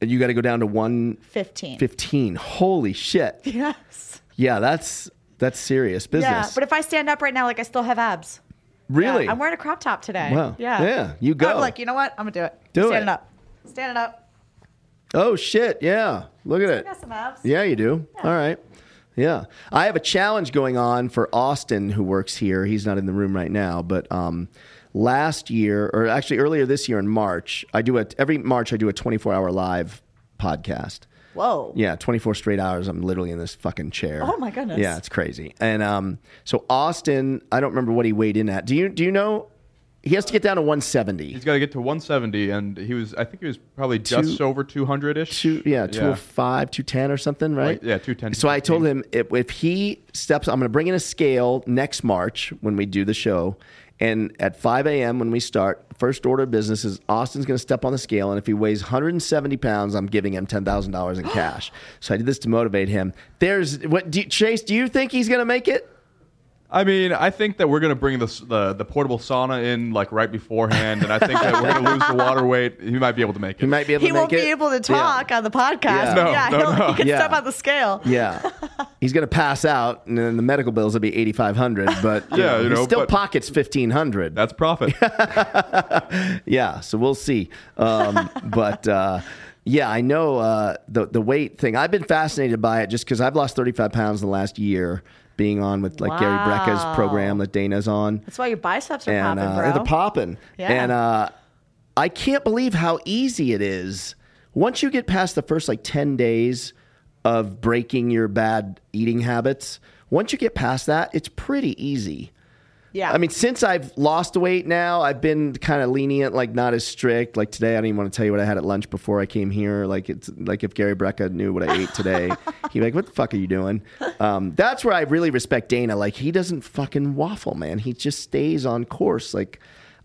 Speaker 1: you got to go down to one
Speaker 3: 15.
Speaker 1: fifteen. Holy shit!
Speaker 3: Yes.
Speaker 1: Yeah, that's that's serious business.
Speaker 3: Yeah, but if I stand up right now, like I still have abs. Yeah,
Speaker 1: really,
Speaker 3: I'm wearing a crop top today.
Speaker 1: Wow.
Speaker 3: Yeah.
Speaker 1: Yeah, you go.
Speaker 3: I'm like, you know what? I'm gonna do it.
Speaker 1: Do
Speaker 3: Standing
Speaker 1: it.
Speaker 3: up. Standing up.
Speaker 1: Oh shit! Yeah, look at it.
Speaker 3: Got some abs.
Speaker 1: Yeah, you do. All right. Yeah. I have a challenge going on for Austin, who works here. He's not in the room right now, but um, last year, or actually earlier this year in March, I do a every March I do a 24 hour live podcast.
Speaker 3: Whoa.
Speaker 1: Yeah, 24 straight hours. I'm literally in this fucking chair.
Speaker 3: Oh, my goodness.
Speaker 1: Yeah, it's crazy. And um, so Austin, I don't remember what he weighed in at. Do you do you know? He has to get down to 170.
Speaker 2: He's got to get to 170, and he was. I think he was probably just
Speaker 1: Two-
Speaker 2: over 200 ish.
Speaker 1: two, oh yeah, 205, 210 or something, right?
Speaker 2: Like, yeah, 210,
Speaker 1: So I told him if, if he steps, I'm going to bring in a scale next March when we do the show. And at 5 a.m. when we start, first order of business is Austin's going to step on the scale. And if he weighs 170 pounds, I'm giving him $10,000 in cash. So I did this to motivate him. There's what, do you, Chase, do you think he's going to make it?
Speaker 2: I mean, I think that we're gonna bring the, s- the the portable sauna in like right beforehand, and I think that we're gonna lose the water weight. He might be able to make it.
Speaker 1: He might be able
Speaker 3: He
Speaker 1: to make
Speaker 3: won't
Speaker 1: it.
Speaker 3: be able to
Speaker 1: Yeah.
Speaker 3: talk on the podcast.
Speaker 1: Yeah.
Speaker 3: Yeah,
Speaker 1: No,
Speaker 2: no,
Speaker 3: he'll-
Speaker 2: no.
Speaker 3: he can
Speaker 1: Yeah.
Speaker 3: step on the scale.
Speaker 1: Yeah. He's going to pass out, and then the medical bills will be 8500 But
Speaker 2: Yeah, you
Speaker 1: he
Speaker 2: know,
Speaker 1: still
Speaker 2: but-
Speaker 1: pockets 1500
Speaker 2: That's profit.
Speaker 1: Yeah, so we'll see. Um, but uh, yeah, I know uh, the the weight thing. I've been fascinated by it just because I've lost 35 pounds in the last year being on with like Gary Brecka's
Speaker 3: Wow.
Speaker 1: program that Dana's on,
Speaker 3: That's why your biceps are
Speaker 1: and
Speaker 3: popping,
Speaker 1: uh,
Speaker 3: bro.
Speaker 1: they're popping.
Speaker 3: Yeah.
Speaker 1: And uh, I can't believe how easy it is once you get past the first like 10 days of breaking your bad eating habits. Once you get past that, it's pretty easy.
Speaker 3: yeah.
Speaker 1: I mean, since I've lost the weight now, I've been kind of lenient, like not as strict. Like today, I don't even want to tell you what I had at lunch before I came here. Like it's like if Gary Brecka knew what I ate today, he'd be like, "What the fuck are you doing?" Um, that's where I really respect Dana. Like he doesn't fucking waffle, man. He just stays on course. Like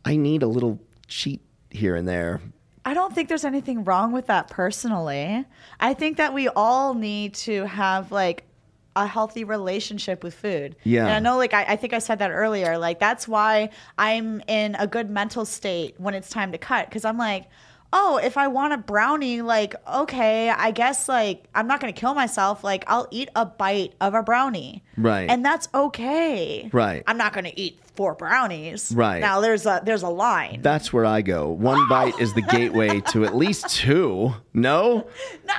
Speaker 1: I need a little cheat here and there.
Speaker 3: I don't think there's anything wrong with that personally. I think that we all need to have like a healthy relationship with food.
Speaker 1: Yeah.
Speaker 3: And I know like I, I think I said that earlier. Like that's why I'm in a good mental state when it's time to cut. Cause I'm like, oh, if I want a brownie, like, okay, I guess like I'm not gonna kill myself. Like I'll eat a bite of a brownie.
Speaker 1: Right.
Speaker 3: And that's okay.
Speaker 1: Right.
Speaker 3: I'm not gonna eat four brownies.
Speaker 1: Right.
Speaker 3: Now there's a there's a line.
Speaker 1: That's where I go. One bite is the gateway to at least two. No?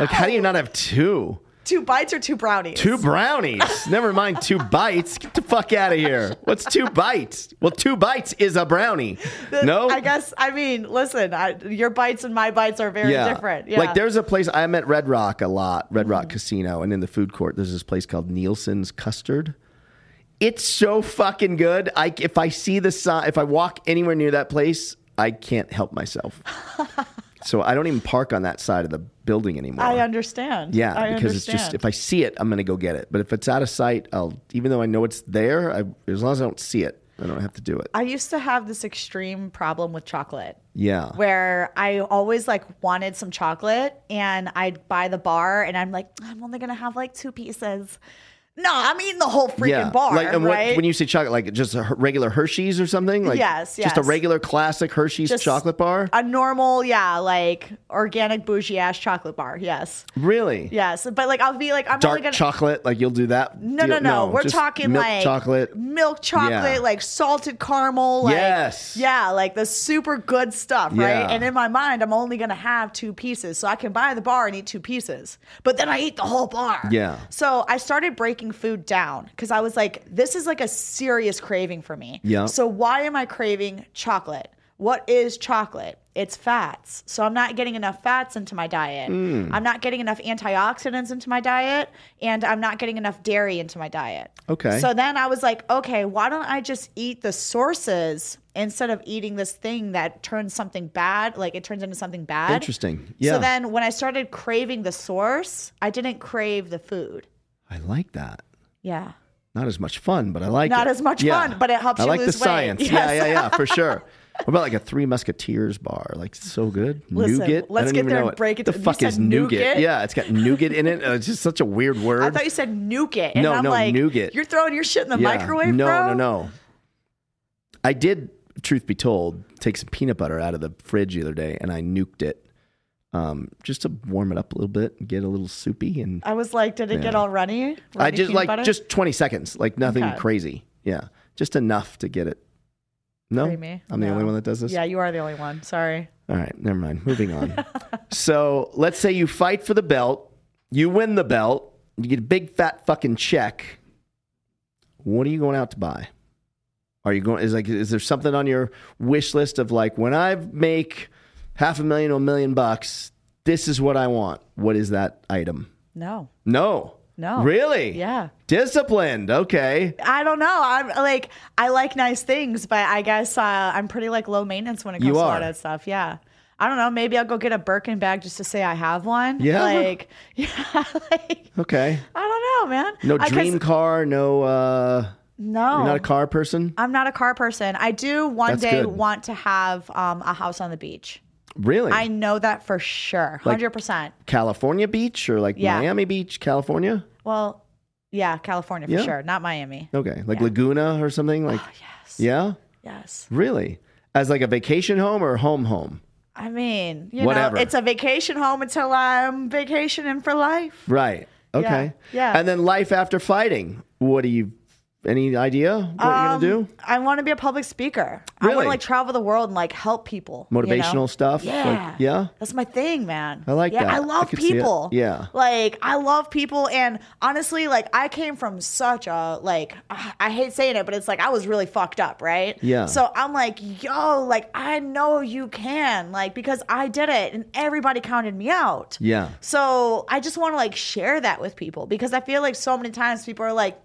Speaker 1: like how do you not have two?
Speaker 3: two bites or two brownies.
Speaker 1: Two brownies. Never mind two bites. Get the fuck out of here. What's two bites? Well, two bites is a brownie. No?
Speaker 3: I guess I mean, listen, I, your bites and my bites are very different. Yeah.
Speaker 1: Like there's a place I'm at Red Rock a lot, Red Rock Casino, and in the food court there's this place called Nielsen's Custard. It's so fucking good. I if I see the sign, if I walk anywhere near that place, I can't help myself. so I don't even park on that side of the building anymore.
Speaker 3: I understand.
Speaker 1: Yeah,
Speaker 3: I
Speaker 1: because it's just
Speaker 3: understand.
Speaker 1: if I see it, I'm gonna go get it. But if it's out of sight, I'll even though I know it's there, I, as long as I don't see it, I don't have to do it.
Speaker 3: I used to have this extreme problem with chocolate.
Speaker 1: yeah,
Speaker 3: Where I always like wanted some chocolate and I'd buy the bar and I'm like, I'm only gonna have like two pieces. No, I'm eating the whole freaking
Speaker 1: yeah.
Speaker 3: bar.
Speaker 1: like and when-
Speaker 3: right?
Speaker 1: when, you say chocolate, like just a her- regular Hershey's or something, like
Speaker 3: Yes,
Speaker 1: just a
Speaker 3: yes.
Speaker 1: regular classic Hershey's
Speaker 3: Just-
Speaker 1: chocolate bar.
Speaker 3: a normal, yeah, like organic bougie ass chocolate bar. Yes.
Speaker 1: really?
Speaker 3: Yes. But like I'll be like, I'm only
Speaker 1: Dark
Speaker 3: gonna
Speaker 1: chocolate, like you'll do that?
Speaker 3: No, no,
Speaker 1: deal?
Speaker 3: no. We're
Speaker 1: just
Speaker 3: talking
Speaker 1: milk
Speaker 3: like
Speaker 1: chocolate.
Speaker 3: milk chocolate,
Speaker 1: Yeah.
Speaker 3: like salted caramel. Like,
Speaker 1: Yes.
Speaker 3: Yeah, like the super good stuff,
Speaker 1: Yeah.
Speaker 3: right? And in my mind, I'm only going to have two pieces. So I can buy the bar and eat two pieces, but then I eat the whole bar.
Speaker 1: Yeah.
Speaker 3: So I started breaking food down because I was like, this is like a serious craving for me.
Speaker 1: Yeah.
Speaker 3: So why am I craving chocolate? What is chocolate? It's fats. So I'm not getting enough fats into my diet.
Speaker 1: Hmm.
Speaker 3: I'm not getting enough antioxidants into my diet. And I'm not getting enough dairy into my diet.
Speaker 1: Okay.
Speaker 3: So then I was like, okay, why don't I just eat the sources instead of eating this thing that turns something bad? Like it turns into something bad.
Speaker 1: Interesting. Yeah.
Speaker 3: So then when I started craving the source, I didn't crave the food.
Speaker 1: I like that.
Speaker 3: Yeah.
Speaker 1: Not as much fun, but I like
Speaker 3: Not
Speaker 1: it.
Speaker 3: as much fun, but it helps
Speaker 1: I
Speaker 3: you
Speaker 1: like the
Speaker 3: lose weight.
Speaker 1: science. Yeah, yeah,
Speaker 3: Yes.
Speaker 1: yeah, for sure. What about like a Three Musketeers bar? Like it's so good.
Speaker 3: Listen,
Speaker 1: nougat.
Speaker 3: let's
Speaker 1: I don't
Speaker 3: get
Speaker 1: even
Speaker 3: there
Speaker 1: know
Speaker 3: and
Speaker 1: what-
Speaker 3: break it
Speaker 1: The
Speaker 3: down. You
Speaker 1: fuck
Speaker 3: said
Speaker 1: is nougat?
Speaker 3: nougat?
Speaker 1: Yeah, it's got nougat in it. Uh, It's just such a weird word.
Speaker 3: I thought you said nuke it. And
Speaker 1: No,
Speaker 3: I'm
Speaker 1: no,
Speaker 3: like,
Speaker 1: nuke it.
Speaker 3: You're throwing your shit in the
Speaker 1: yeah.
Speaker 3: microwave,
Speaker 1: No,
Speaker 3: bro?
Speaker 1: no, no. I did. Truth be told, take some peanut butter out of the fridge the other day, and I nuked it. Um, just to warm it up a little bit and get a little soupy, and
Speaker 3: I was like, did it get
Speaker 1: Yeah.
Speaker 3: all runny?
Speaker 1: I
Speaker 3: Runny
Speaker 1: just
Speaker 3: peanut
Speaker 1: like
Speaker 3: butter?
Speaker 1: just twenty seconds, like nothing
Speaker 3: Okay.
Speaker 1: crazy. Yeah, just enough to get it. No,
Speaker 3: Creamy.
Speaker 1: I'm the
Speaker 3: No.
Speaker 1: only one that does this.
Speaker 3: Yeah, you are the only one. Sorry.
Speaker 1: All right, never mind. Moving on. So let's say you fight for the belt, you win the belt, you get a big fat fucking check. What are you going out to buy? Are you going? Is like is there something on your wish list of like when I make half a million or a million bucks, this is what I want. What is that item?
Speaker 3: No.
Speaker 1: No.
Speaker 3: No.
Speaker 1: Really?
Speaker 3: Yeah.
Speaker 1: Disciplined. Okay.
Speaker 3: I don't know. I'm like I like nice things, but I guess uh, I'm pretty like low maintenance when it comes
Speaker 1: You
Speaker 3: to all
Speaker 1: are.
Speaker 3: that stuff. Yeah. I don't know. Maybe I'll go get a Birkin bag just to say I have one.
Speaker 1: Yeah.
Speaker 3: Like yeah. Like
Speaker 1: Okay.
Speaker 3: I don't know, man.
Speaker 1: No
Speaker 3: I- Oh. 'cause-
Speaker 1: dream car. No. uh
Speaker 3: No.
Speaker 1: You're not a car person.
Speaker 3: I'm not a car person. I do one
Speaker 1: That's
Speaker 3: day
Speaker 1: good.
Speaker 3: want to have um, a house on the beach.
Speaker 1: Really?
Speaker 3: I know that for sure, hundred percent.
Speaker 1: California Beach or like
Speaker 3: Yeah.
Speaker 1: Miami Beach, California?
Speaker 3: Well, yeah, California for
Speaker 1: Yeah.
Speaker 3: sure, not Miami.
Speaker 1: Okay, like
Speaker 3: Yeah. Oh,
Speaker 1: Laguna or something like.
Speaker 3: Yes,
Speaker 1: Yeah,
Speaker 3: yes.
Speaker 1: really? As like a vacation home or home home?
Speaker 3: I mean, you
Speaker 1: Whatever.
Speaker 3: know, it's a vacation home until I'm vacationing for life.
Speaker 1: Right. Okay.
Speaker 3: yeah.
Speaker 1: And then life after fighting. What do you? Any idea what you're
Speaker 3: Um,
Speaker 1: gonna do?
Speaker 3: I want to be a public speaker. I want
Speaker 1: Really?
Speaker 3: to like travel the world and like help people. you know?
Speaker 1: Motivational stuff. Like,
Speaker 3: Yeah.
Speaker 1: yeah.
Speaker 3: That's my thing, man.
Speaker 1: I like
Speaker 3: yeah,
Speaker 1: that.
Speaker 3: I
Speaker 1: I
Speaker 3: love
Speaker 1: could see it.
Speaker 3: people.
Speaker 1: Yeah.
Speaker 3: Like, I love people. And honestly, like, I came from such a, like, ah, I hate saying it, but it's like I was really fucked up, right?
Speaker 1: Yeah.
Speaker 3: So I'm like, yo, like, I know you can, like, because I did it and everybody counted me out.
Speaker 1: Yeah.
Speaker 3: So I just want to like share that with people because I feel like so many times people are like,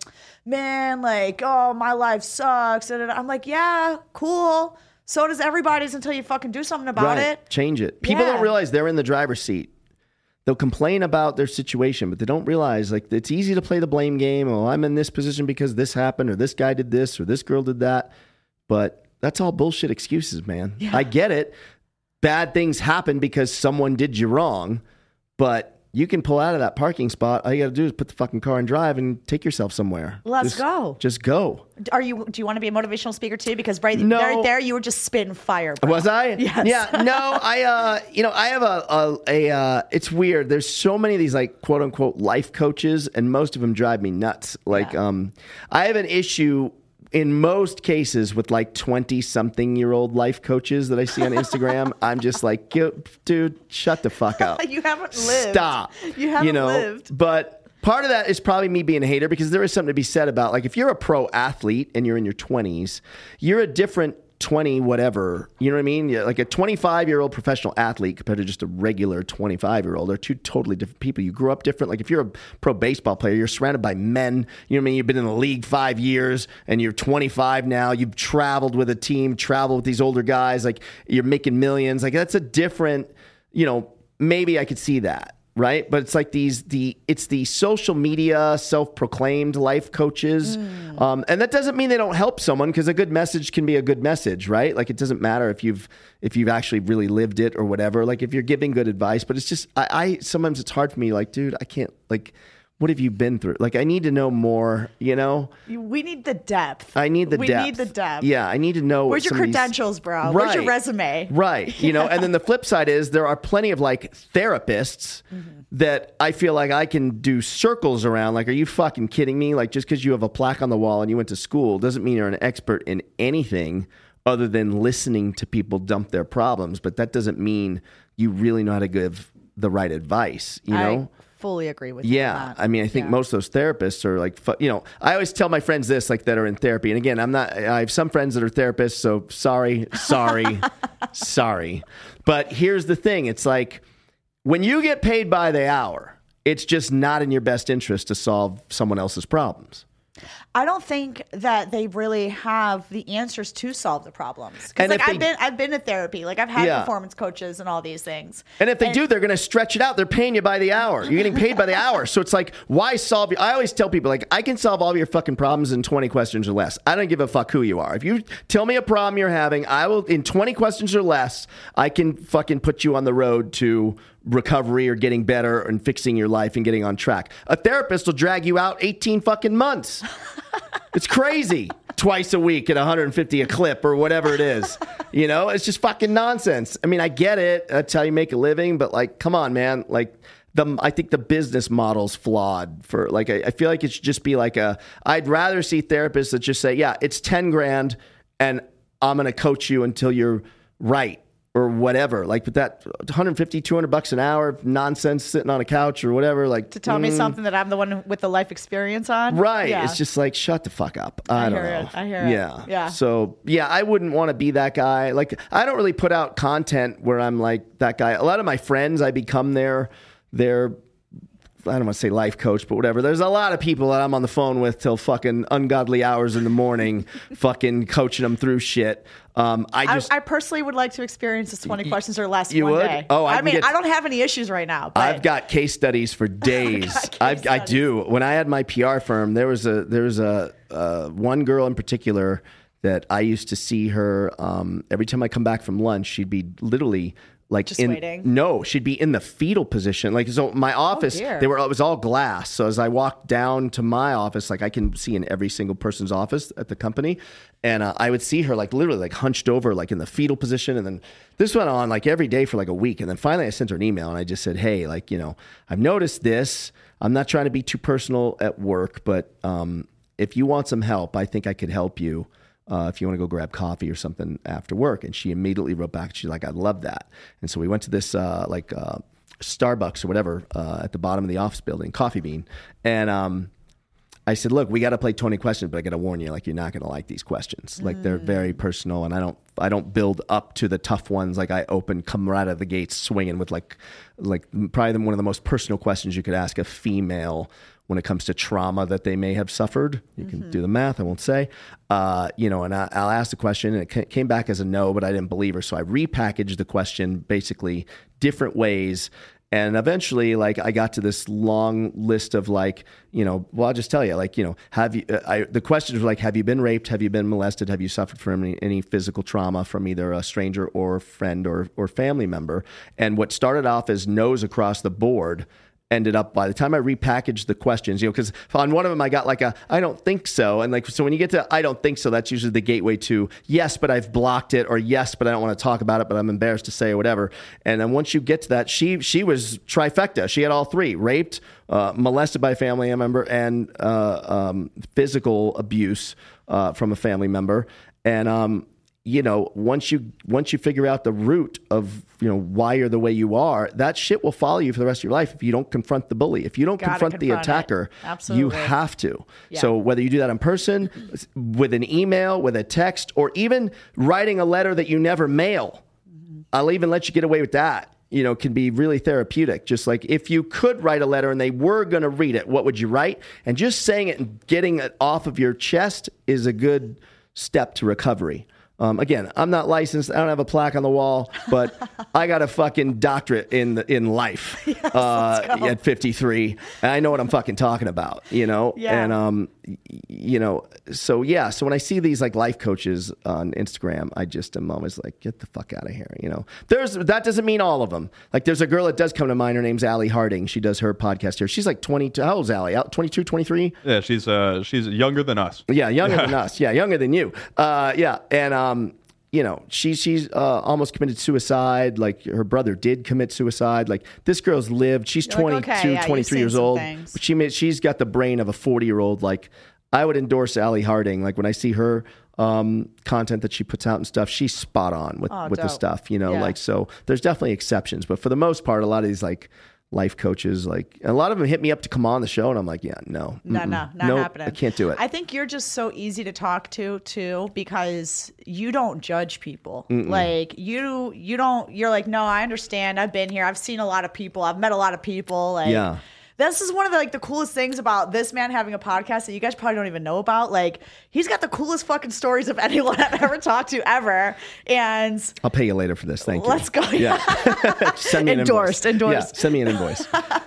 Speaker 3: man, like, oh, my life sucks. And I'm like, yeah, cool. So does everybody's until you fucking do something about
Speaker 1: right.
Speaker 3: it.
Speaker 1: Change it. People
Speaker 3: Yeah.
Speaker 1: don't realize they're in the driver's seat. They'll complain about their situation, but they don't realize like it's easy to play the blame game. Oh, I'm in this position because this happened, or this guy did this, or this girl did that. But that's all bullshit excuses, man. I get it. Bad things happen because someone did you wrong, but you can pull out of that parking spot. All you got to do is put the fucking car and drive and take yourself somewhere.
Speaker 3: Let's
Speaker 1: Just-
Speaker 3: go.
Speaker 1: Just go.
Speaker 3: Are you? Do you want to be a motivational speaker too? Because right
Speaker 1: No.
Speaker 3: there, there you were just spitting fire. bro.
Speaker 1: Was I?
Speaker 3: Yes.
Speaker 1: Yeah. No, I. Uh, you know, I have a a, a uh, It's weird. There's so many of these like quote unquote life coaches, and most of them drive me nuts. Like, um, I have an issue in most cases with like 20 something year old life coaches that I see on Instagram. I'm just like, "Yo, dude, shut the fuck up.
Speaker 3: You haven't lived.
Speaker 1: Stop.
Speaker 3: You haven't
Speaker 1: know,
Speaker 3: lived.
Speaker 1: But part of that is probably me being a hater because there is something to be said about like if you're a pro athlete and you're in your 20s, you're a different 20 whatever. You know what I mean? Yeah, Like a 25 year old professional athlete compared to just a regular 25 year old are two totally different people. You grew up different. Like if you're a pro baseball player, you're surrounded by men. You know what I mean? You've been in the league five years and you're 25 now. You've traveled with a team, traveled with these older guys. Like you're making millions. Like that's a different, you know, maybe I could see that, right? But it's like these the it's the social media self-proclaimed life coaches,
Speaker 3: Hmm.
Speaker 1: um, and that doesn't mean they don't help someone because a good message can be a good message, right? Like it doesn't matter if you've if you've actually really lived it or whatever. Like if you're giving good advice, but it's just I, I sometimes it's hard for me. Like, dude, I can't like. What have you been through? Like, I need to know more. You know,
Speaker 3: We need the depth.
Speaker 1: I need the
Speaker 3: we
Speaker 1: depth.
Speaker 3: need the depth.
Speaker 1: Yeah, I need to know. what
Speaker 3: Where's your
Speaker 1: some of these-
Speaker 3: credentials, bro? Where's your
Speaker 1: Right.
Speaker 3: resume?
Speaker 1: Right. You know, and then the flip side is there are plenty of like therapists that I feel like I can do circles around. Like, are you fucking kidding me? Like, just because you have a plaque on the wall and you went to school doesn't mean you're an expert in anything other than listening to people dump their problems. But that doesn't mean you really know how to give the right advice, you know?
Speaker 3: I fully agree with you.
Speaker 1: Yeah,
Speaker 3: on that.
Speaker 1: I mean, I think most of those therapists are like, fu- you know, I always tell my friends this, like that are in therapy. And again, I'm not. I have some friends that are therapists, so sorry, sorry, sorry. But here's the thing: it's like when you get paid by the hour, it's just not in your best interest to solve someone else's problems.
Speaker 3: I don't think that they really have the answers to solve the problems.
Speaker 1: And
Speaker 3: Because like
Speaker 1: if they-
Speaker 3: I've been, I've been to therapy. Like I've had
Speaker 1: Yeah.
Speaker 3: performance coaches and all these things.
Speaker 1: And if they do, they're going to stretch it out. They're paying you by the hour. You're getting paid by the hour. So it's like, why solve? I always tell people, like, I can solve all your fucking problems in 20 questions or less. I don't give a fuck who you are. If you tell me a problem you're having, I will, in 20 questions or less, I can fucking put you on the road to recovery or getting better and fixing your life and getting on track. A therapist will drag you out 18 fucking months. It's crazy. Twice a week at 150 a clip or whatever it is. You know, it's just fucking nonsense. I mean, I get it. That's how you make a living, but like, come on, man. Like, the, I think the business model's flawed for like I, I feel like it should just be like a I'd rather see therapists that just say, Yeah, it's ten grand and I'm gonna coach you until you're right or whatever. Like, but that 150, 200 bucks an hour nonsense sitting on a couch or whatever. Like,
Speaker 3: to tell me something that I'm the one with the life experience on.
Speaker 1: Mm. Right.
Speaker 3: Yeah.
Speaker 1: It's just like shut the fuck up. I, don't
Speaker 3: hear
Speaker 1: know.
Speaker 3: it. I hear it.
Speaker 1: Yeah.
Speaker 3: Yeah.
Speaker 1: So yeah, I wouldn't want to be that guy. Like I don't really put out content where I'm like that guy. A lot of my friends, I become their their I don't want to say life coach, but whatever. There's a lot of people that I'm on the phone with till fucking ungodly hours in the morning, fucking coaching them through shit. Um, I
Speaker 3: I,
Speaker 1: just
Speaker 3: I personally would like to experience this 20 questions or less
Speaker 1: you
Speaker 3: one
Speaker 1: would?
Speaker 3: day.
Speaker 1: Oh, I can
Speaker 3: mean,
Speaker 1: get-
Speaker 3: I don't have any issues right now. But Oh
Speaker 1: I've got case studies for days. I've, I do. When I had my PR firm, there was a there was a uh, one girl in particular that I used to see her um, every time I come back from lunch. She'd be literally like
Speaker 3: Just
Speaker 1: in,
Speaker 3: waiting. Oh,
Speaker 1: No, she'd be in the fetal position. Like so, my office
Speaker 3: dear.
Speaker 1: they were it was all glass. So as I walked down to my office, like I can see in every single person's office at the company, and uh, I would see her like literally like hunched over, like in the fetal position, and then this went on like every day for like a week, and then finally I sent her an email and I just said, hey, like you know, I've noticed this. I'm not trying to be too personal at work, but um, if you want some help, I think I could help you. Uh, if you want to go grab coffee or something after work, and she immediately wrote back. She's like, "I love that." And so we went to this uh, like uh, Starbucks or whatever uh, at the bottom of the office building, Coffee Bean, and um, I said, "Look, we got to play twenty questions, but I got to warn you, like you're not going to like these questions. Like they're very personal, and I don't, I don't build up to the tough ones. Like I open, come right out of the gates swinging with like, like probably the- one of the most personal questions you could ask a female." When it comes to trauma that they may have suffered, you can do the math. I won't say, uh, you know, and I, I'll ask the question, and it ca- came back as a no, but I didn't believe her, so I repackaged the question basically different ways, and eventually, like, I got to this long list of like, you know, well, I'll just tell you, like, you know, have you? uh, I, the questions were like, have you been raped? Have you been molested? Have you suffered from any, any physical trauma from either a stranger or friend or or family member? And what started off as no's across the board ended up by the time I repackaged the questions, you know, because on one of them I got like a I don't think so, and like so when you get to I don't think so, that's usually the gateway to yes, but I've blocked it, or yes, but I don't want to talk about it, but I'm embarrassed to say or whatever. And then once you get to that, she she was trifecta. She had all three: raped, uh, molested by a family member, and uh, um, physical abuse uh, from a family member. And um, you know once you once you figure out the root of you know why you're the way you are that shit will follow you for the rest of your life if you don't confront the bully if you don't
Speaker 3: Gotta
Speaker 1: confront, the
Speaker 3: confront it.
Speaker 1: attacker you
Speaker 3: Absolutely.
Speaker 1: have to so whether you do that in person with an email with a text or even writing a letter that you never mail I'll even let you get away with that. You know, can be really therapeutic. Just like if you could write a letter and they were going to read it, what would you write? And just saying it and getting it off of your chest is a good step to recovery. Um, again, I'm not licensed. I don't have a plaque on the wall, but I got a fucking doctorate in the, in life uh, at 53. And I know what I'm fucking talking about. You know,
Speaker 3: Yeah.
Speaker 1: and um, y- you know, so yeah. So when I see these like life coaches on Instagram, I just am always like, get the fuck out of here. You know, there's that doesn't mean all of them. Like there's a girl that does come to mind. Her name's Allie Harding. She does her podcast here. She's like 22. How old's Allie? Out 22, 23?
Speaker 2: Yeah, she's uh, she's younger than us.
Speaker 1: Yeah, younger than us. Yeah, younger than you. Uh, yeah, and um, you know, she she's uh, almost committed suicide. Like her brother did commit suicide. Like this girl's lived. She's
Speaker 3: You're like,
Speaker 1: 22,
Speaker 3: okay, yeah, you've
Speaker 1: 23 years
Speaker 3: seen some
Speaker 1: old.
Speaker 3: things.
Speaker 1: But she made, she's got the brain of a 40 year old. Like I would endorse Allie Harding. Like when I see her um, content that she puts out and stuff, she's spot on with with the
Speaker 3: Oh, dope.
Speaker 1: stuff. You know,
Speaker 3: Yeah.
Speaker 1: like so. There's definitely exceptions, but for the most part, a lot of these like. Life coaches, like a lot of them, hit me up to come on the show, and I'm like, yeah, no,
Speaker 3: No,
Speaker 1: mm-mm.
Speaker 3: no, not
Speaker 1: Nope,
Speaker 3: happening.
Speaker 1: I can't do it.
Speaker 3: I think you're just so easy to talk to too because you don't judge people. Like you you don't you're like, no, I understand. I've been here. I've seen a lot of people. I've met a lot of people. Like
Speaker 1: Yeah.
Speaker 3: This is one of the like the coolest things about this man having a podcast that you guys probably don't even know about. Like he's got the coolest fucking stories of anyone I've ever talked to ever. And
Speaker 1: I'll pay you later for this. Thank
Speaker 3: Let's
Speaker 1: you.
Speaker 3: go. Yeah.
Speaker 1: Send me an invoice.
Speaker 3: Endorsed, endorsed.
Speaker 1: Yeah, send me an invoice.
Speaker 3: yeah,
Speaker 1: Um,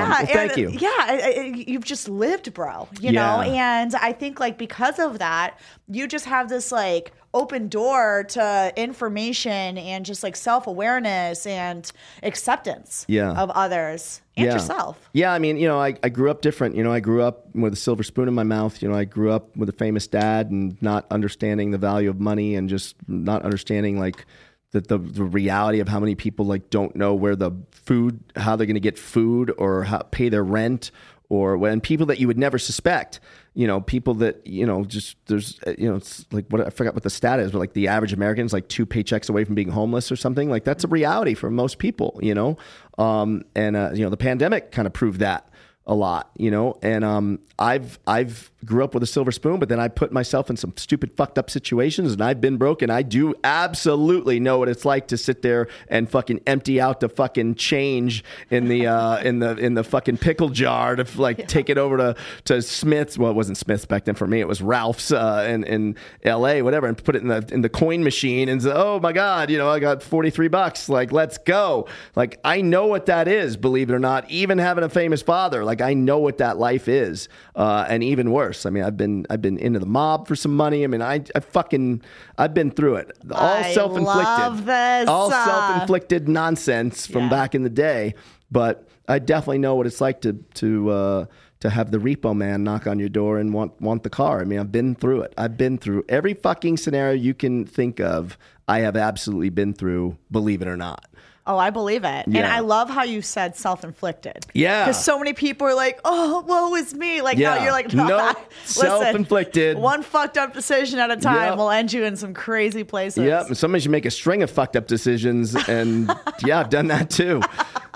Speaker 1: well, thank
Speaker 3: and-
Speaker 1: you.
Speaker 3: Yeah, I- I- I- you've just lived, bro. You know,
Speaker 1: Yeah.
Speaker 3: and I think like because of that, you just have this like open door to information and just like self awareness and acceptance
Speaker 1: Yeah.
Speaker 3: of others and yourself.
Speaker 1: Yeah, I mean, you know, I, I grew up different. You know, I grew up with a silver spoon in my mouth. You know, I grew up with a famous dad and not understanding the value of money and just not understanding like the, the, the reality of how many people like don't know where the food, how they're going to get food or how, pay their rent or when people that you would never suspect. you know, people that, you know, just there's, uh, you know, it's like what I forgot what the stat is, but like the average American is like two paychecks away from being homeless or something. Like that's a reality for most people, you know? Um, and, uh, you know, the pandemic kind of proved that a lot, you know, and um, I've I've grew up with a silver spoon, but then I put myself in some stupid fucked up situations, and I've been broke, and I do absolutely know what it's like to sit there and fucking empty out the fucking change in the uh, in the in the fucking pickle jar to like take it over to to Smith's. Well, it wasn't Smith's back then for me; it was Ralph's uh, in in L.A. whatever, and put it in the in the coin machine, and say, oh my god, you know, I got forty three bucks. Like, let's go. Like, I know what that is. Believe it or not, even having a famous father, like. Like I know what that life is, uh, and even worse. I mean, I've been I've been into the mob for some money. I mean, I, I fucking I've been through it. All
Speaker 3: I
Speaker 1: self
Speaker 3: love
Speaker 1: inflicted,
Speaker 3: this.
Speaker 1: all
Speaker 3: Uh,
Speaker 1: self inflicted nonsense from
Speaker 3: Yeah.
Speaker 1: back in the day. But I definitely know what it's like to to uh, to have the repo man knock on your door and want want the car. I mean, I've been through it. I've been through every fucking scenario you can think of. I have absolutely been through. Believe it or not.
Speaker 3: Oh, I believe it. And
Speaker 1: Yeah.
Speaker 3: I love how you said self inflicted.
Speaker 1: Yeah.
Speaker 3: Because so many people are like, oh, woe is me. Like,
Speaker 1: Yeah.
Speaker 3: no, you're like, no,
Speaker 1: No,
Speaker 3: listen,
Speaker 1: self-inflicted.
Speaker 3: One fucked up decision at a time
Speaker 1: Yep.
Speaker 3: will end you in some crazy places.
Speaker 1: Yep. and Somebody should make a string of fucked up decisions. And yeah, I've done that too.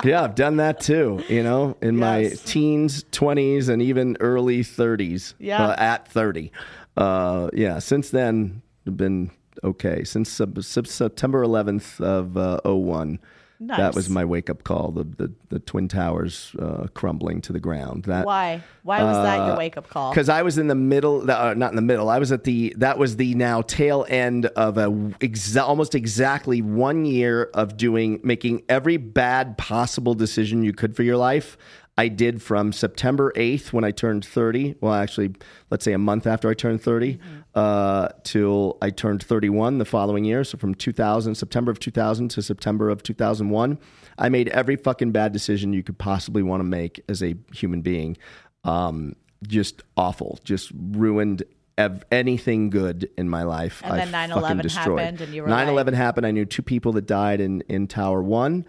Speaker 1: Yeah, I've done that too, you know, in
Speaker 3: Yes.
Speaker 1: my teens, 20s, and even early 30s.
Speaker 3: Yeah.
Speaker 1: uh, at 30. Uh, yeah. Since then, I've been okay. Since sub- sub- September 11th of uh, 01. That
Speaker 3: Nice.
Speaker 1: was my wake up call. The, the the twin towers uh, crumbling to the ground. That
Speaker 3: Why? Why was that
Speaker 1: Uh,
Speaker 3: your wake up call?
Speaker 1: because I was in the middle, uh, not in the middle. I was at the that was the now tail end of a exa- almost exactly one year of doing making every bad possible decision you could for your life. I did from September eighth when I turned thirty. Well, actually, let's say a month after I turned 30 uh, till I turned thirty one the following year. So from two thousand September of two thousand to September of two thousand one, I made every fucking bad decision you could possibly want to make as a human being. Um, just awful, just ruined ev- anything good in my life.
Speaker 3: And
Speaker 1: I
Speaker 3: then 9/11
Speaker 1: fucking destroyed.
Speaker 3: happened and you were
Speaker 1: 9/11 happened. I knew two people that died in in Tower One,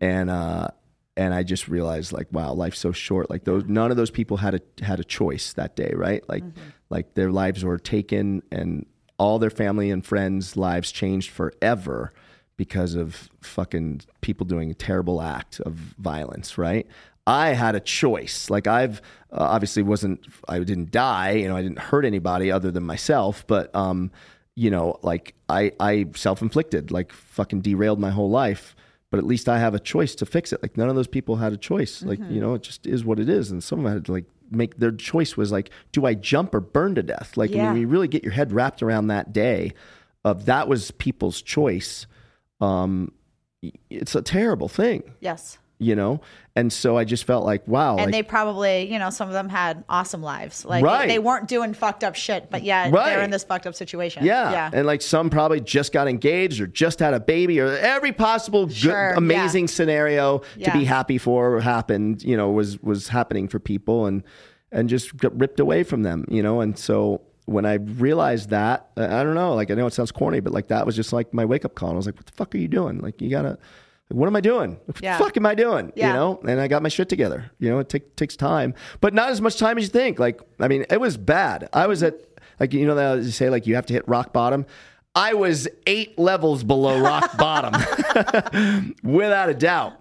Speaker 1: and uh, and I just realized like, wow, life's so short. Like those, none of those people had a had a choice that day, right? Like
Speaker 3: Mm-hmm.
Speaker 1: like their lives were taken, and all their family and friends' lives changed forever because of fucking people doing a terrible act of violence, right? I had a choice. Like I've uh, obviously wasn't I didn't die, you know, I didn't hurt anybody other than myself, but um you know, like I I self-inflicted, like fucking derailed my whole life, but at least I have a choice to fix it. Like none of those people had a choice. Like, you know, it just is what it is and some of them had to like make their choice was like do I jump or burn to death? Like I
Speaker 3: Yeah.
Speaker 1: mean, you really get your head wrapped around that day of that was people's choice. Um it's a terrible thing
Speaker 3: yes.
Speaker 1: you know and so i just felt like wow
Speaker 3: And
Speaker 1: like,
Speaker 3: they probably, you know, some of them had awesome lives. Like,
Speaker 1: Right.
Speaker 3: they, they weren't doing fucked up shit, but yeah,
Speaker 1: Right.
Speaker 3: they're in this fucked up situation.
Speaker 1: yeah.
Speaker 3: Yeah.
Speaker 1: and like some probably just got engaged or just had a baby or every possible
Speaker 3: Sure,
Speaker 1: good, amazing scenario to
Speaker 3: Yeah.
Speaker 1: be happy for happened you know was was happening for people and and just got ripped away from them you know and so when i realized that i I don't know like i know it sounds corny but like that was just like my wake up call and i was like what the fuck are you doing like you gotta what am I doing? What
Speaker 3: Yeah.
Speaker 1: the fuck am I doing? You
Speaker 3: Yeah.
Speaker 1: know, and I got my shit together. You know, it take, takes time, but not as much time as you think. Like, I mean, it was bad. I was at like you know they say like you have to hit rock bottom. I was eight levels below rock bottom, without a doubt.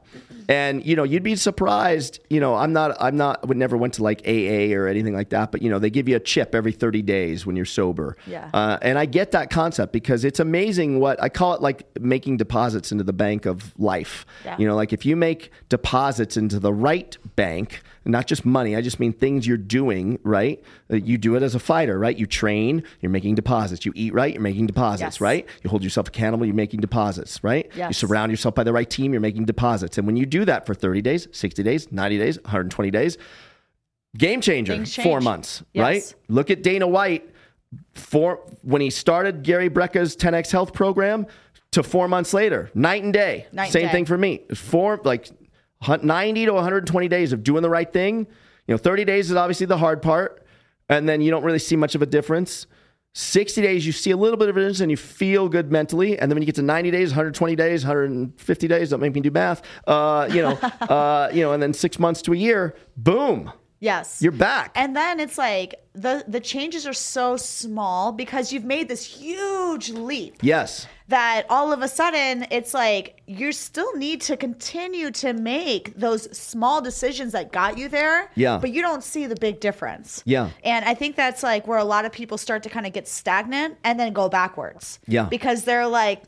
Speaker 1: And you know, you'd be surprised. You know, I'm not. I'm not. Would never went to like AA or anything like that. But you know, they give you a chip every 30 days when you're sober.
Speaker 3: Yeah.
Speaker 1: Uh, and I get that concept because it's amazing what I call it like making deposits into the bank of life.
Speaker 3: Yeah.
Speaker 1: You know, like if you make deposits into the right bank, not just money, I just mean things you're doing, right? Uh, You do it as a fighter, right? You train, you're making deposits. You eat right, you're making deposits,
Speaker 3: Yes.
Speaker 1: right? You hold yourself accountable, you're making deposits, right? You
Speaker 3: Yes.
Speaker 1: surround yourself by the right team, you're making deposits. And when you do that for 30 days, 60 days, 90 days, 120 days, game changer,
Speaker 3: Things
Speaker 1: four
Speaker 3: change.
Speaker 1: months,
Speaker 3: Yes.
Speaker 1: right? Look at Dana White four when he started Gary Brecka's 10x health program to four months later, night and day.
Speaker 3: Night and
Speaker 1: Same
Speaker 3: day.
Speaker 1: thing for me. Four like hun- 90 to 120 days of doing the right thing. You know, 30 days is obviously the hard part, and then you don't really see much of a difference. 60 days, you see a little bit of a difference and you feel good mentally. And then when you get to 90 days, 120 days, 150 days, don't make me do math. Uh, you know, uh, you know, and then six months to a year, boom.
Speaker 3: Yes.
Speaker 1: You're back.
Speaker 3: And then it's like the the changes are so small because you've made this huge leap
Speaker 1: yes.
Speaker 3: that all of a sudden it's like you still need to continue to make those small decisions that got you there.
Speaker 1: Yeah.
Speaker 3: But you don't see the big difference.
Speaker 1: Yeah.
Speaker 3: And I think that's like where a lot of people start to kind of get stagnant and then go backwards.
Speaker 1: Yeah.
Speaker 3: Because they're like,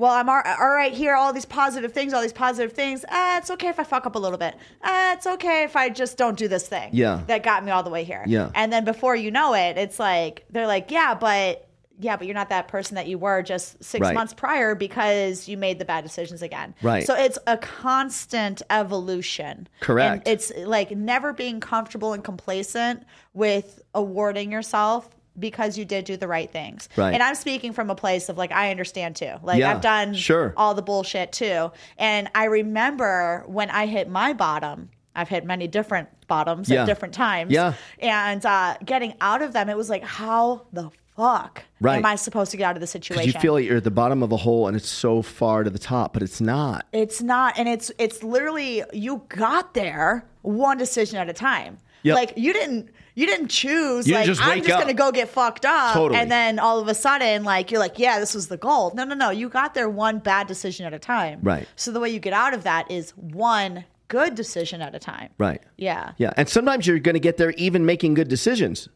Speaker 3: well, I'm all, all right here, all these positive things, all these positive things. Ah, it's okay if I fuck up a little bit. Ah, it's okay if I just don't do this thing
Speaker 1: Yeah.
Speaker 3: that got me all the way here.
Speaker 1: Yeah.
Speaker 3: And then before you know it, it's like, they're like, yeah, but. Yeah, but you're not that person that you were just six
Speaker 1: Right.
Speaker 3: months prior because you made the bad decisions again.
Speaker 1: Right.
Speaker 3: So it's a constant evolution.
Speaker 1: Correct.
Speaker 3: And it's like never being comfortable and complacent with awarding yourself because you did do the right things.
Speaker 1: Right.
Speaker 3: And I'm speaking from a place of like I understand too. Like
Speaker 1: Yeah,
Speaker 3: I've done
Speaker 1: sure.
Speaker 3: all the bullshit too. And I remember when I hit my bottom, I've hit many different bottoms
Speaker 1: Yeah.
Speaker 3: at different times.
Speaker 1: Yeah.
Speaker 3: And uh, getting out of them, it was like, how the fuck
Speaker 1: Right.
Speaker 3: am I supposed to get out of the
Speaker 1: Because
Speaker 3: situation?
Speaker 1: you feel like you're at the bottom of a hole and it's so far to the top, but it's not.
Speaker 3: It's not, and it's it's literally you got there one decision at a time.
Speaker 1: Yep.
Speaker 3: Like you didn't you didn't choose
Speaker 1: You
Speaker 3: like
Speaker 1: didn't just
Speaker 3: I'm
Speaker 1: wake
Speaker 3: just
Speaker 1: up.
Speaker 3: gonna go get fucked up
Speaker 1: Totally.
Speaker 3: and then all of a sudden like you're like, Yeah, this was the goal. No, no, no. You got there one bad decision at a time.
Speaker 1: Right.
Speaker 3: So the way you get out of that is one good decision at a time.
Speaker 1: Right.
Speaker 3: Yeah.
Speaker 1: Yeah. And sometimes you're going to get there even making good decisions.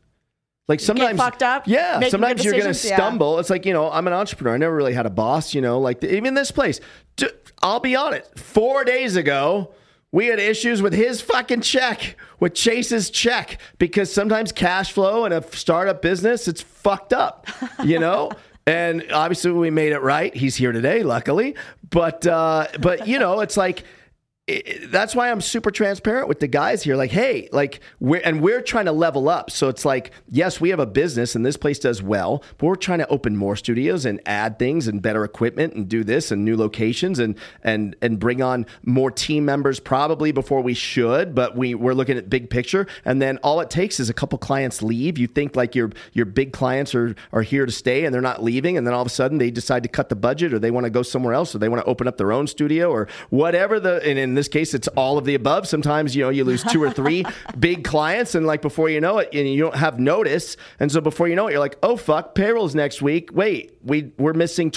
Speaker 1: Like sometimes,
Speaker 3: fucked up,
Speaker 1: Yeah.
Speaker 3: making
Speaker 1: Sometimes
Speaker 3: good
Speaker 1: you're going to
Speaker 3: decisions, yeah.
Speaker 1: stumble. It's like you know, I'm an entrepreneur. I never really had a boss. You know, like the, even this place. D- I'll be honest. Four days ago, we had issues with his fucking check, with Chase's check, because sometimes cash flow in a startup business it's fucked up. You know. And obviously, we made it right. He's here today, luckily. But uh, but you know, it's like it- that's why I'm super transparent with the guys here. Like, hey, like we're and we're trying to level up. So it's like, yes, we have a business and this place does well, but we're trying to open more studios and add things and better equipment and do this and new locations and and and bring on more team members probably before we should, but we we're looking at big picture. And then all it takes is a couple clients leave. You think like your your big clients are are here to stay and they're not leaving, and then all of a sudden they decide to cut the budget or they want to go somewhere else or they want to open up their own studio or whatever the and in this case it's all of the above sometimes you know you lose two or three big clients and like before you know it and you don't have notice and so before you know it you're like oh fuck payrolls next week wait we we're missing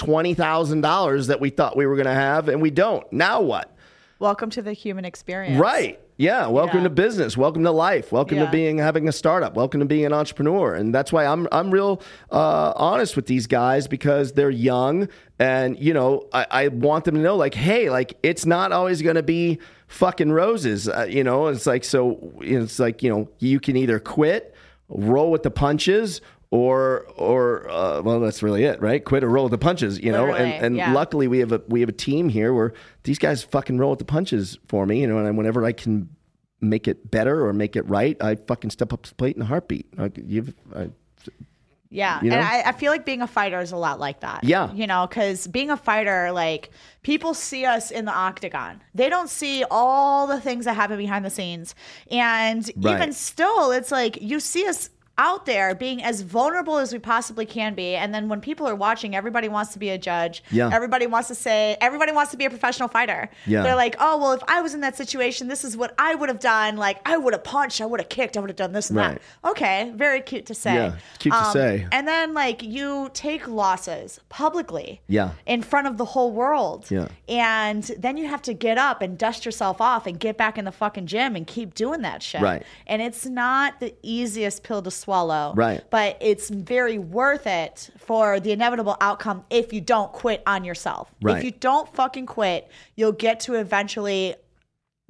Speaker 1: $20,000 that we thought we were going to have and we don't now what
Speaker 3: Welcome to the human experience.
Speaker 1: Right. Yeah. Welcome
Speaker 3: Yeah.
Speaker 1: to business. Welcome to life. Welcome to
Speaker 3: Yeah.
Speaker 1: being having a startup. Welcome to being an entrepreneur. And that's why I'm I'm real uh, honest with these guys because they're young and you know I, I want them to know like hey like it's not always going to be fucking roses. Uh, you know it's like so it's like you know you can either quit, roll with the punches. Or, or uh, well, that's really it, right? Quit or roll with the punches, you know. And,
Speaker 3: Literally,
Speaker 1: and
Speaker 3: yeah.
Speaker 1: luck, luckily we have a we have a team here where these guys fucking roll with the punches for me, you know, and whenever I can make it better or make it right, I fucking step up to the plate in a heartbeat. Like you've, I,
Speaker 3: Yeah.
Speaker 1: You know?
Speaker 3: And I, I feel like being a fighter is a lot like that.
Speaker 1: Yeah.
Speaker 3: You know, because being a fighter, like people see us in the octagon, they don't see all the things that happen behind the scenes. And
Speaker 1: Right.
Speaker 3: even still, it's like you see us out there being as vulnerable as we possibly can be. And then when people are watching, everybody wants to be a judge.
Speaker 1: Yeah.
Speaker 3: Everybody wants to say, everybody wants to be a professional fighter.
Speaker 1: Yeah.
Speaker 3: They're like, oh, well, if I was in that situation, this is what I would have done. Like, I would have punched, I would have kicked, I would have done this and
Speaker 1: Right.
Speaker 3: that. Okay, very cute to say say.
Speaker 1: Yeah, it's cute to say.
Speaker 3: And then like you take losses publicly.
Speaker 1: Yeah.
Speaker 3: In front of the whole world.
Speaker 1: Yeah.
Speaker 3: And then you have to get up and dust yourself off and get back in the fucking gym and keep doing that shit.
Speaker 1: Right.
Speaker 3: And it's not the easiest pill to swallow.
Speaker 1: Right.
Speaker 3: But it's very worth it for the inevitable outcome if you don't quit on yourself.
Speaker 1: Right.
Speaker 3: If you don't fucking quit, you'll get to eventually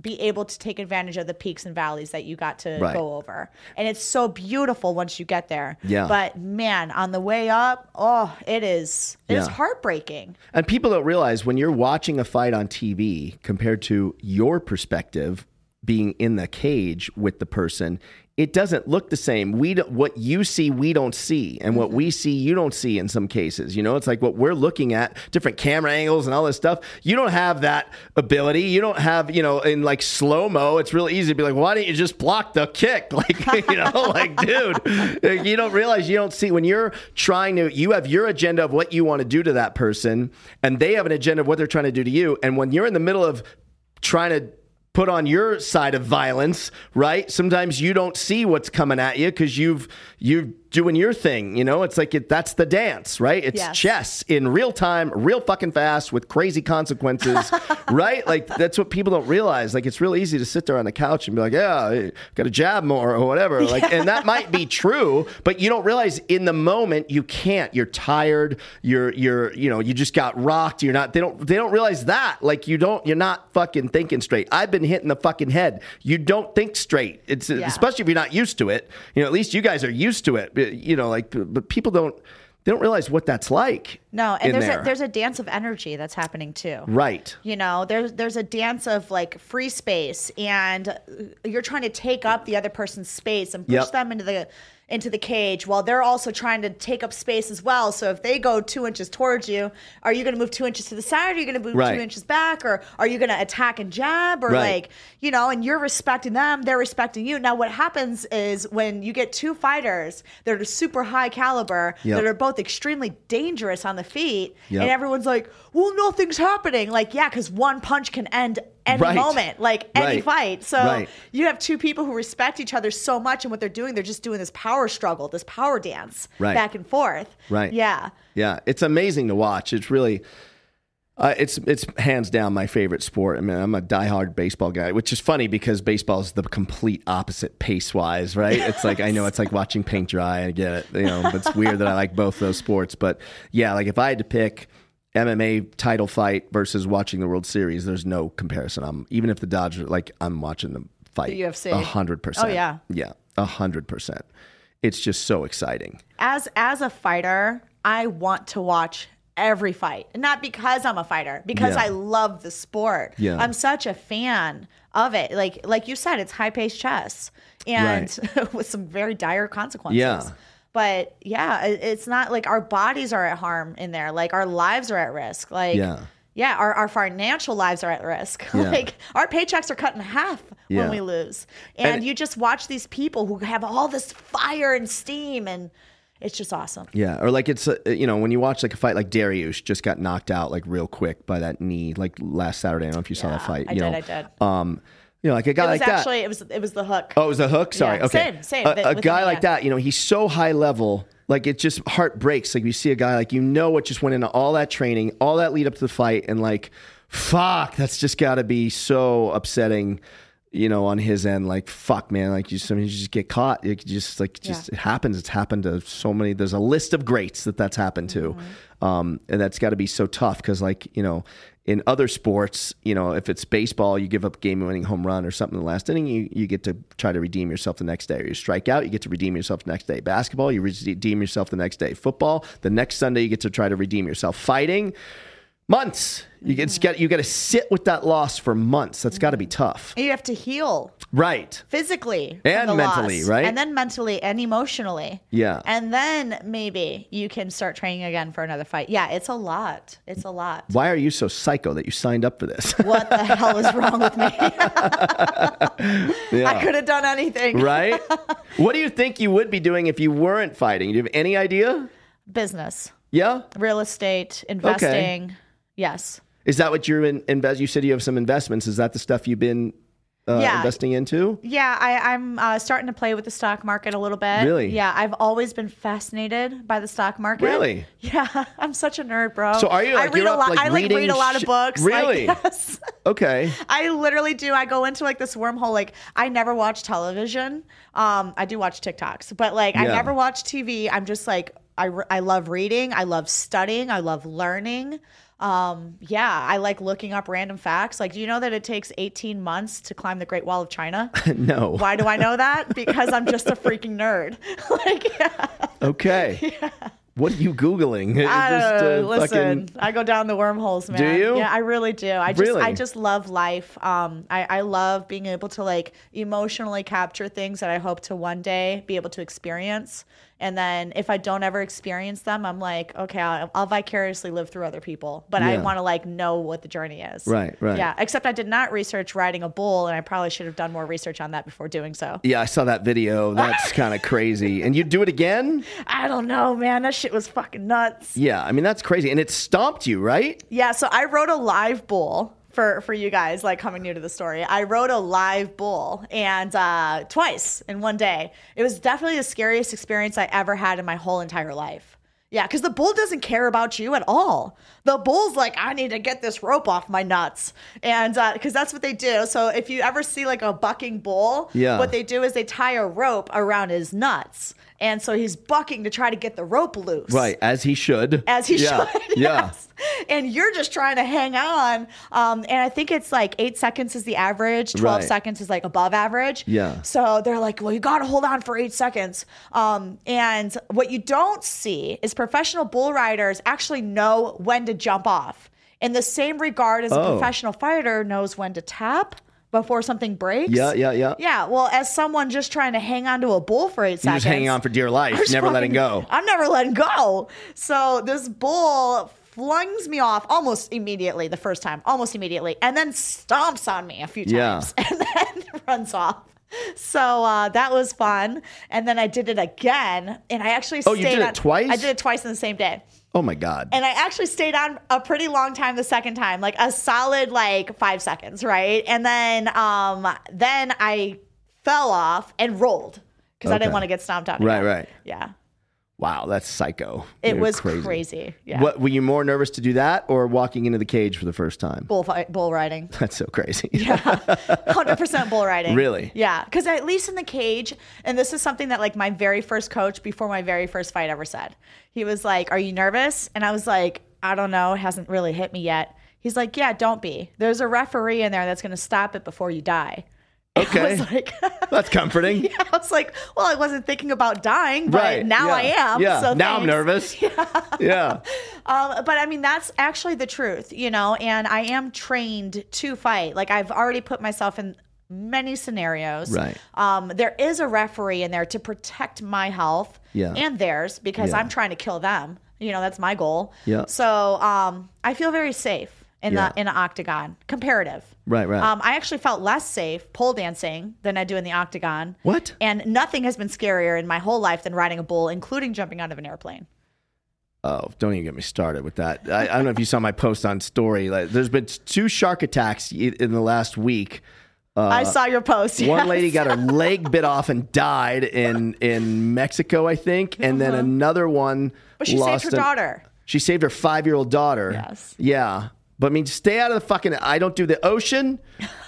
Speaker 3: be able to take advantage of the peaks and valleys that you got to
Speaker 1: Right.
Speaker 3: go over. And it's so beautiful once you get there.
Speaker 1: Yeah.
Speaker 3: But man, on the way up, oh, it is it is
Speaker 1: Yeah.
Speaker 3: heartbreaking.
Speaker 1: and people don't realize when you're watching a fight on TV compared to your perspective being in the cage with the person. It doesn't look the same. We don't, what you see, we don't see, and what we see, you don't see. In some cases, you know, it's like what we're looking at, different camera angles and all this stuff. You don't have that ability. You don't have, you know, in like slow mo, it's really easy to be like, why didn't you just block the kick? Like, you know, like, dude, like, you don't realize you don't see when you're trying to, you have your agenda of what you want to do to that person, and they have an agenda of what they're trying to do to you. And when you're in the middle of trying to, put on your side of violence, right? Sometimes you don't see what's coming at you because you've you're doing your thing. You know, it's like it, that's the dance, right? It's
Speaker 3: Yes.
Speaker 1: chess in real time, real fucking fast with crazy consequences, right? Like that's what people don't realize. Like it's real easy to sit there on the couch and be like, yeah, got to jab more or whatever. Like, and that might be true, but you don't realize in the moment you can't. You're tired. You're you're you know you just got rocked. You're not. They don't they don't realize that. Like you don't. You're not fucking thinking straight. I've been hitting the fucking head. You don't think straight. It's
Speaker 3: Yeah.
Speaker 1: especially if you're not used to it. You know, at least you guys are used to it. But, You know, like but people don't. They don't realize what that's like.
Speaker 3: No,
Speaker 1: in
Speaker 3: and there's
Speaker 1: there.
Speaker 3: a, there's a dance of energy that's happening too.
Speaker 1: Right.
Speaker 3: You know, there's there's a dance of like free space, and you're trying to take up the other person's space and push
Speaker 1: Yep.
Speaker 3: them into the into the cage while they're also trying to take up space as well. So if they go two inches towards you, are you going to move two inches to the side? Are you going to move
Speaker 1: Right.
Speaker 3: two inches back, or are you going to attack and jab, or
Speaker 1: Right.
Speaker 3: like you know? And you're respecting them, they're respecting you. Now what happens is when you get two fighters that are super high caliber,
Speaker 1: Yep.
Speaker 3: that are both extremely dangerous on the feet,
Speaker 1: Yep.
Speaker 3: and everyone's like, "Well, nothing's happening." Like, yeah, because one punch can end any
Speaker 1: Right.
Speaker 3: moment, like any
Speaker 1: Right.
Speaker 3: fight. So
Speaker 1: Right.
Speaker 3: you have two people who respect each other so much, and what they're doing, they're just doing this power struggle, this power dance,
Speaker 1: Right.
Speaker 3: back and forth.
Speaker 1: Right.
Speaker 3: Yeah.
Speaker 1: Yeah, it's amazing to watch. It's really, uh, it's it's hands down my favorite sport. I mean, I'm a diehard baseball guy, which is funny because baseball is the complete opposite pace wise, right? It's like I know it's like watching paint dry. I get it, you know, but it's weird that I like both those sports. But yeah, like if I had to pick. MMA title fight versus watching the World Series. There's no comparison. I'm even if the Dodgers like I'm watching them fight.
Speaker 3: The UFC.
Speaker 1: a hundred percent.
Speaker 3: Oh, yeah.
Speaker 1: yeah, a hundred percent. It's just so exciting.
Speaker 3: as as a fighter, I want to watch every fight. Not because I'm a fighter, because
Speaker 1: Yeah.
Speaker 3: I love the sport.
Speaker 1: Yeah.
Speaker 3: I'm such a fan of it. Like like you said, it's high paced chess and with some very dire consequences.
Speaker 1: Yeah.
Speaker 3: But yeah, it- it's not like our bodies are at harm in there. Like our lives are at risk. Like
Speaker 1: Yeah.
Speaker 3: yeah, our, our financial lives are at risk.
Speaker 1: Yeah.
Speaker 3: Like our paychecks are cut in half
Speaker 1: Yeah.
Speaker 3: when we lose. And,
Speaker 1: And-
Speaker 3: you just watch these people who have all this fire and steam and it's just awesome.
Speaker 1: Yeah, or like it's uh, you know when you watch like a fight like Darius just got knocked out like real quick by that knee like last Saturday. I don't know if you saw that
Speaker 3: Yeah,
Speaker 1: fight.
Speaker 3: I
Speaker 1: you
Speaker 3: did,
Speaker 1: know,
Speaker 3: I did.
Speaker 1: Um, you know, like a guy
Speaker 3: it was
Speaker 1: like that.
Speaker 3: actually it was it was the hook.
Speaker 1: Oh, it was a hook. Sorry.
Speaker 3: Yeah,
Speaker 1: okay.
Speaker 3: same, same,
Speaker 1: A,
Speaker 3: that-
Speaker 1: a
Speaker 3: with
Speaker 1: guy
Speaker 3: him,
Speaker 1: like
Speaker 3: yeah.
Speaker 1: that, you know, he's so high level. Like it just heart breaks. Like you see a guy like you know what just went into all that training, all that lead up to the fight, and like, fuck, that's just got to be so upsetting. You know, on his end, like fuck, man, like you, sometimes you just get caught. It just like just it happens. It's happened to so many. There's a list of greats that that's happened to, um, and that's got to be so tough because like you know, in other sports, you know, if it's baseball, you give up a game winning home run or something in the last inning, you, you get to try to redeem yourself the next day. Or you strike out, you get to redeem yourself the next day. Basketball, you redeem yourself the next day. Football, the next Sunday, you get to try to redeem yourself. Fighting, months. You get, got you got to sit with that loss for months. That's got to be tough.
Speaker 3: You have to heal
Speaker 1: Right.
Speaker 3: physically
Speaker 1: And
Speaker 3: from the
Speaker 1: mentally,
Speaker 3: loss,
Speaker 1: right?
Speaker 3: And then mentally and emotionally.
Speaker 1: Yeah.
Speaker 3: And then maybe you can start training again for another fight. Yeah, it's a lot. It's a lot.
Speaker 1: Why are you so psycho that you signed up for this?
Speaker 3: What the hell is wrong with me? I could have done anything.
Speaker 1: right? what do you think you would be doing if you weren't fighting? Do you have any idea?
Speaker 3: Business,
Speaker 1: Yeah.
Speaker 3: real estate, investing. Yes.
Speaker 1: Is that what you're in, invest? You said you have some investments. Is that the stuff you've been uh,
Speaker 3: Yeah.
Speaker 1: investing into?
Speaker 3: Yeah, I, I'm uh, starting to play with the stock market a little bit.
Speaker 1: Really?
Speaker 3: Yeah, I've always been fascinated by the stock market.
Speaker 1: Really?
Speaker 3: Yeah, I'm such a nerd, bro.
Speaker 1: So are you,
Speaker 3: I
Speaker 1: like,
Speaker 3: read
Speaker 1: you're
Speaker 3: a
Speaker 1: up,
Speaker 3: lot.
Speaker 1: like,
Speaker 3: I like
Speaker 1: reading
Speaker 3: read a lot
Speaker 1: shi-
Speaker 3: of books. like,
Speaker 1: Really?
Speaker 3: yes.
Speaker 1: Okay.
Speaker 3: I literally do. I go into like this wormhole. Like I never watch television. Um, I do watch TikToks, but like I
Speaker 1: Yeah.
Speaker 3: never watch TV. I'm just like I, re- I love reading. I love studying. I love learning. Um, yeah, I like looking up random facts. Like, do you know that it takes 18 months to climb the Great Wall of China?
Speaker 1: No.
Speaker 3: Why do I know that? Because I'm just a freaking nerd. like, yeah,
Speaker 1: Okay. What are you googling?
Speaker 3: I don't
Speaker 1: Just,
Speaker 3: know.
Speaker 1: uh,
Speaker 3: Listen,
Speaker 1: fucking-
Speaker 3: I go down the wormholes, man.
Speaker 1: you?
Speaker 3: Yeah, I really do. I just,
Speaker 1: Really?
Speaker 3: I just love life. Um, I, I love being able to like emotionally capture things that I hope to one day be able to experience. And then if I don't ever experience them, I'm like, okay, I'll, I'll vicariously live through other people, but I
Speaker 1: Yeah.
Speaker 3: want to like know what the journey is.
Speaker 1: Right, right.
Speaker 3: Yeah. Except I did not research riding a bull, and I probably should have done more research on that before doing so.
Speaker 1: yeah, I saw that video. That's kind of crazy. And you do it again?
Speaker 3: I don't know, man. That shit was fucking nuts.
Speaker 1: Yeah, I mean that's crazy. And it stomped you, right?
Speaker 3: Yeah, so I rode a live bull for for you guys like coming new to the story. I rode a live bull and uh, twice in one day. It was definitely the scariest experience I ever had in my whole entire life. Yeah, because the bull doesn't care about you at all. The bull's like, I need to get this rope off my nuts, and because that's what they do. So if you ever see like a bucking bull,
Speaker 1: Yeah.
Speaker 3: what they do is they tie a rope around his nuts, and so he's bucking to try to get the rope loose
Speaker 1: Right, as he should.
Speaker 3: as he
Speaker 1: yeah.
Speaker 3: should.
Speaker 1: Yeah.
Speaker 3: yes. And you're just trying to hang on. Um, and I think it's like eight seconds is the average, 12
Speaker 1: Right.
Speaker 3: seconds is like above average.
Speaker 1: Yeah.
Speaker 3: So they're like, well, you got to hold on for eight seconds. Um, and what you don't see is professional bull riders actually know when to jump off. In the same regard as a
Speaker 1: Oh.
Speaker 3: professional fighter knows when to tap before something breaks.
Speaker 1: Yeah, yeah, yeah.
Speaker 3: Yeah. Well, as someone just trying to hang on to a bull for 8
Speaker 1: You're
Speaker 3: seconds.
Speaker 1: just hanging on for dear life,
Speaker 3: I'm
Speaker 1: never
Speaker 3: talking-
Speaker 1: letting go.
Speaker 3: I'm never letting go. So this bull flings me off almost immediately the first time, almost immediately, and then stomps on me a few
Speaker 1: Yeah.
Speaker 3: times and then runs off. So uh, that was fun. And then I did it again, and I actually
Speaker 1: Oh,
Speaker 3: stayed
Speaker 1: you did it
Speaker 3: on-
Speaker 1: twice?
Speaker 3: I did it twice in the same day.
Speaker 1: Oh my god.
Speaker 3: And I actually stayed on a pretty long time the second time, like a solid like five seconds, right? And then um then I fell off and rolled because I
Speaker 1: Okay.
Speaker 3: didn't want to get stomped on.
Speaker 1: Right,
Speaker 3: again.
Speaker 1: right.
Speaker 3: Yeah.
Speaker 1: Wow, that's psycho.
Speaker 3: It
Speaker 1: You're
Speaker 3: was crazy. Yeah.
Speaker 1: What were you more nervous to do that or walking into the cage for the first time?
Speaker 3: Bull fight, bull riding.
Speaker 1: That's so crazy.
Speaker 3: Hundred percent bull riding.
Speaker 1: Really?
Speaker 3: Yeah. Because at least in the cage, and this is something that like my very first coach before my very first fight ever said. He was like, "Are you nervous?" And I was like, "I don't know. It hasn't really hit me yet." He's like, "Yeah, don't be. There's a referee in there that's going to stop it before you die." And I
Speaker 1: Okay.
Speaker 3: was like.
Speaker 1: That's comforting.
Speaker 3: I was like, well, I wasn't thinking about dying, but
Speaker 1: right.
Speaker 3: now
Speaker 1: yeah.
Speaker 3: I am.
Speaker 1: Yeah.
Speaker 3: so
Speaker 1: now I'm
Speaker 3: thanks.
Speaker 1: nervous. Yeah. yeah.
Speaker 3: Um, but I mean, that's actually the truth, you know, and I am trained to fight. Like, I've already put myself in many scenarios.
Speaker 1: Right.
Speaker 3: Um, there is a referee in there to protect my health
Speaker 1: Yeah.
Speaker 3: and theirs because
Speaker 1: Yeah.
Speaker 3: I'm trying to kill them. You know, that's my goal.
Speaker 1: Yeah.
Speaker 3: So um, I feel very safe in
Speaker 1: Yeah.
Speaker 3: the in an octagon comparative.
Speaker 1: Right, right.
Speaker 3: Um, I actually felt less safe pole dancing than I do in the octagon.
Speaker 1: What?
Speaker 3: And nothing has been scarier in my whole life than riding a bull, including jumping out of an airplane.
Speaker 1: Oh, don't even get me started with that. I, I don't know if you saw my post on story. Like, there's been two shark attacks i- in the last week.
Speaker 3: I saw your post.
Speaker 1: Uh, One
Speaker 3: yes.
Speaker 1: lady got her leg bit off and died in in Mexico, I think, and then another one.
Speaker 3: Uh-huh. But she
Speaker 1: lost
Speaker 3: saved her
Speaker 1: an-
Speaker 3: daughter.
Speaker 1: She saved her five year old daughter.
Speaker 3: Yes.
Speaker 1: Yeah. But I mean, stay out of the fucking. I don't do the ocean.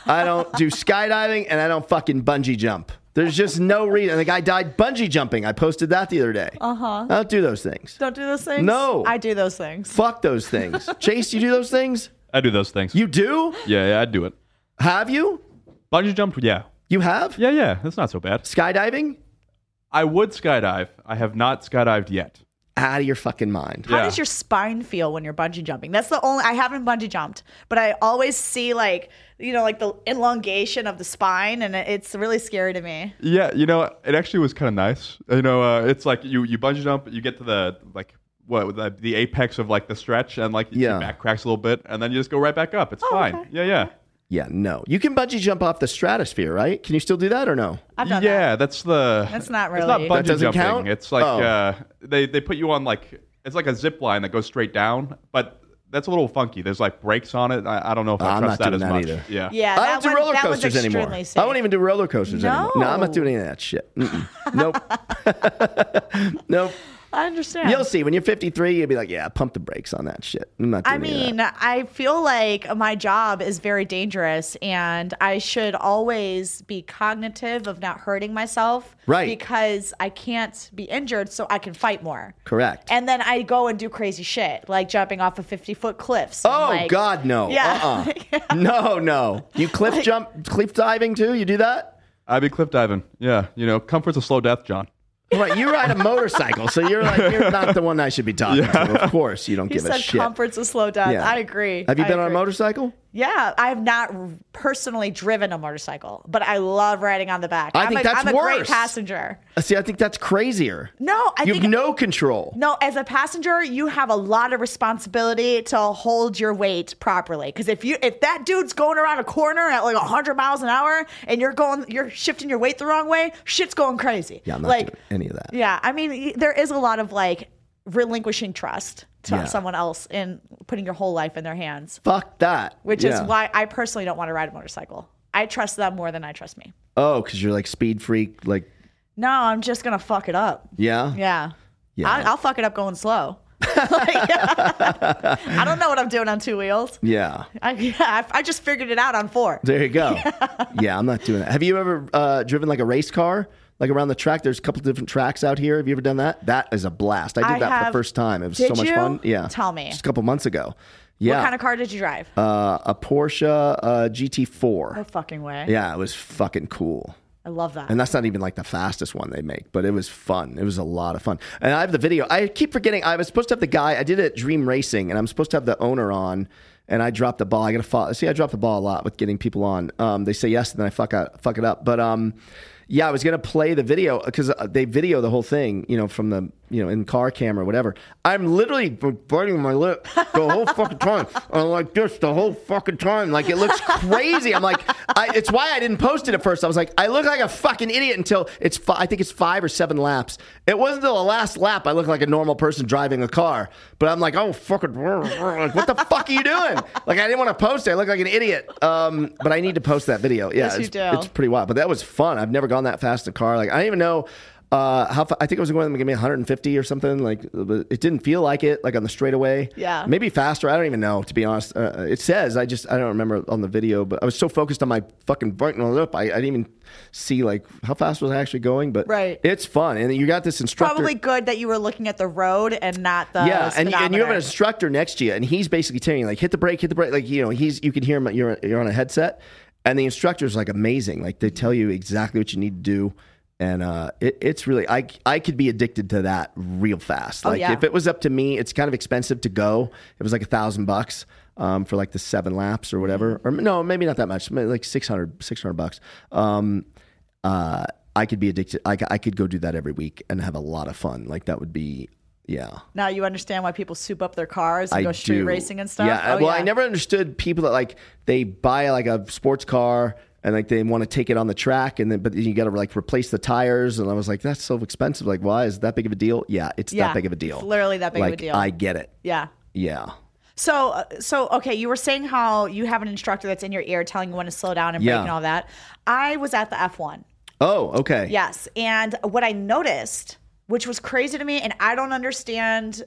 Speaker 1: I don't do skydiving, and I don't fucking bungee jump. There's just no reason. And the guy died bungee jumping. I posted that the other day. Uh
Speaker 2: Uh-huh.
Speaker 1: huh. I don't do those things.
Speaker 3: Don't do those things.
Speaker 1: No.
Speaker 3: I do those things.
Speaker 1: Fuck those things. Chase, you do those things?
Speaker 2: I do those things.
Speaker 1: You do?
Speaker 2: yeah, yeah, I do it.
Speaker 1: Have you?
Speaker 2: Bungee jumped? Yeah.
Speaker 1: You have?
Speaker 2: Yeah, yeah. That's not so bad.
Speaker 1: Skydiving?
Speaker 2: I would skydive. I have not skydived yet.
Speaker 1: Out of your fucking mind.
Speaker 3: How
Speaker 2: Yeah.
Speaker 3: does your spine feel when you're bungee jumping? That's the only I haven't bungee jumped, but I always see like you know like the elongation of the spine, and it- it's really scary to me.
Speaker 2: Yeah, you know, it actually was kind of nice. You know, uh, it's like you you bungee jump, you get to the like what the, the apex of like the stretch, and like
Speaker 1: Yeah.
Speaker 2: your back cracks a little bit, and then you just go right back up. It's fine.
Speaker 3: Oh, okay.
Speaker 2: Yeah, yeah.
Speaker 1: Yeah, no. You can bungee jump off the stratosphere, right? Can you still do that or no?
Speaker 3: I've done
Speaker 2: yeah, that's the.
Speaker 3: That's not
Speaker 2: It's not
Speaker 3: really-
Speaker 2: bungee
Speaker 1: That doesn't
Speaker 2: jumping.
Speaker 1: count?
Speaker 2: It's like
Speaker 1: Oh.
Speaker 2: uh, they they put you on like it's like a zip line that goes straight down, but that's a little funky. There's like brakes on it. I, I don't know if I
Speaker 1: I'm
Speaker 2: trust
Speaker 1: not
Speaker 2: that as
Speaker 1: doing that
Speaker 2: much.
Speaker 1: either.
Speaker 2: Yeah.
Speaker 3: that. Yeah,
Speaker 1: I
Speaker 3: that
Speaker 1: don't do
Speaker 3: one,
Speaker 1: roller
Speaker 3: that one's
Speaker 1: coasters anymore.
Speaker 3: extremely safe.
Speaker 1: I won't even do roller coasters anymore. No, I'm not doing any of that shit. Mm-mm. nope. nope.
Speaker 3: I understand.
Speaker 1: You'll see. When you're 53, you'll be like, yeah, pump the brakes on that shit. I'm not doing
Speaker 3: I
Speaker 1: any of that.
Speaker 3: mean, I feel like my job is very dangerous and I should always be cognitive of not hurting myself.
Speaker 1: Right.
Speaker 3: Because I can't be injured so I can fight more.
Speaker 1: Correct.
Speaker 3: And then I go and do crazy shit, like jumping off of 50 foot cliffs. and,
Speaker 1: Oh
Speaker 3: like-
Speaker 1: God, no!
Speaker 3: Yeah.
Speaker 1: Uh-uh. no, no. You cliff jump, cliff diving too. You do that?
Speaker 2: I'd be cliff diving. Yeah, you know, comfort's a slow death, John.
Speaker 1: Right. You ride a motorcycle, so you're like you're not the one I should be talking to. Of course, you don't
Speaker 3: You
Speaker 1: give a
Speaker 3: said
Speaker 1: shit.
Speaker 3: comfort's a slow death.
Speaker 1: Yeah.
Speaker 3: I agree.
Speaker 1: Have you
Speaker 3: I
Speaker 1: been on a
Speaker 3: agree.
Speaker 1: motorcycle?
Speaker 3: Yeah, I have not r- personally driven a motorcycle, but I love riding on the back.
Speaker 1: I
Speaker 3: am
Speaker 1: think
Speaker 3: a,
Speaker 1: that's
Speaker 3: I'm a great
Speaker 1: worse.
Speaker 3: passenger.
Speaker 1: Uh, See, I think that's crazier.
Speaker 3: No, I
Speaker 1: you
Speaker 3: think
Speaker 1: have no control.
Speaker 3: No, as a passenger, you have a lot of responsibility to hold your weight properly. Because if you if that dude's going around a corner at like hundred miles an hour and you're going you're shifting your weight the wrong way, shit's going crazy.
Speaker 1: Yeah, I'm not
Speaker 3: like
Speaker 1: doing any of that.
Speaker 3: yeah, I mean y- there is a lot of like relinquishing trust to
Speaker 1: Yeah.
Speaker 3: someone else and putting your whole life in their hands,
Speaker 1: Fuck that.
Speaker 3: which
Speaker 1: Yeah.
Speaker 3: is why I personally don't want to ride a motorcycle. I trust them more than I trust me.
Speaker 1: Oh, because you're like speed freak. Like,
Speaker 3: No, I'm just gonna fuck it up.
Speaker 1: yeah.
Speaker 3: Yeah,
Speaker 1: Yeah.
Speaker 3: I, I'll fuck it up going slow. Like, I don't know what I'm doing on two wheels.
Speaker 1: Yeah.
Speaker 3: I, yeah, I, I just figured it out on four.
Speaker 1: There you go. yeah, I'm not doing that. Have you ever uh, driven like a race car? Like around the track, there's a couple different tracks out here. Have you ever done that? That is a blast. I did
Speaker 3: I
Speaker 1: that for
Speaker 3: have-
Speaker 1: the first time. It was so
Speaker 3: Did
Speaker 1: much
Speaker 3: you?
Speaker 1: fun. Yeah.
Speaker 3: Tell me.
Speaker 1: Just a couple months ago. Yeah.
Speaker 3: What kind of car did you drive?
Speaker 1: uh, a Porsche uh, GT4.
Speaker 3: no fucking way.
Speaker 1: Yeah, it was fucking cool.
Speaker 3: I love that.
Speaker 1: And that's not even like the fastest one they make, but it was fun. It was a lot of fun. And I have the video. I keep forgetting. I was supposed to have the guy. I did it at Dream Racing, and I'm supposed to have the owner on. And I dropped the ball. I got to follow. See, I dropped the ball a lot with getting people on. Um, they say yes, and then I fuck up, fuck it up. But um, yeah, I was gonna play the video because they video the whole thing, you know, from the you know in car camera, whatever. I'm literally biting my lip the whole fucking time. I'm like this the whole fucking time. Like it looks crazy. I'm like, I, it's why I didn't post it at first. I was like, I look like a fucking idiot until it's. Fi- I think it's five or seven laps. It wasn't until the last lap I looked like a normal person driving a car. But I'm like, oh fucking, like, what the fuck are you doing? Like I didn't want to post it. I look like an idiot. Um, but I need to post that video. Yeah,
Speaker 3: Yes, you
Speaker 1: it's,
Speaker 3: do.
Speaker 1: it's pretty wild. But that was fun. I've never gone that fast in a car. Like I don't even know uh, how. Fa- I think it was going to give me 150 or something. Like it didn't feel like it. Like on the straightaway.
Speaker 3: Yeah.
Speaker 1: Maybe faster. I don't even know to be honest. Uh, it says I just I don't remember on the video, but I was so focused on my fucking button up, I, I didn't even see like how fast was I actually going. But
Speaker 3: Right.
Speaker 1: it's fun, and you got this instructor.
Speaker 3: Probably good that you were looking at the road and not the
Speaker 1: Yeah, and, and you have an
Speaker 3: speedometer.
Speaker 1: instructor next to you, and he's basically telling you like hit the brake, hit the brake. Like you know, he's you can hear him. You're you're on a headset, and the instructor's like amazing. Like they tell you exactly what you need to do, and uh, it, it's really I I could be addicted to that real fast. Like
Speaker 3: Oh, yeah.
Speaker 1: if it was up to me, it's kind of expensive to go. It was like a thousand bucks. Um, for like the seven laps or
Speaker 3: Mm.
Speaker 1: whatever, or no, maybe not that much, maybe like 600, 600 bucks. Um, uh, I could be addicted. I, c- I could go do that every week and have a lot of fun. Like that would be, yeah.
Speaker 3: Now you understand why people soup up their cars and go street
Speaker 1: do.
Speaker 3: racing and stuff.
Speaker 1: Yeah.
Speaker 3: Oh,
Speaker 1: well, I
Speaker 3: yeah.
Speaker 1: never understood people that like they buy like a sports car and like they want to take it on the track and then but you got to like replace the tires and I was like that's so expensive. Like why is that big of a deal? Yeah, it's
Speaker 3: Yeah.
Speaker 1: that big of a deal.
Speaker 3: It's literally that big of a
Speaker 1: Like,
Speaker 3: deal.
Speaker 1: I get it.
Speaker 3: Yeah.
Speaker 1: Yeah.
Speaker 3: So, uh, so okay, you were saying how you have an instructor that's in your ear telling you when to slow down and brake
Speaker 1: Yeah.
Speaker 3: and all that. I was at the F1.
Speaker 1: Oh, okay.
Speaker 3: Yes. And what I noticed, which was crazy to me, and I don't understand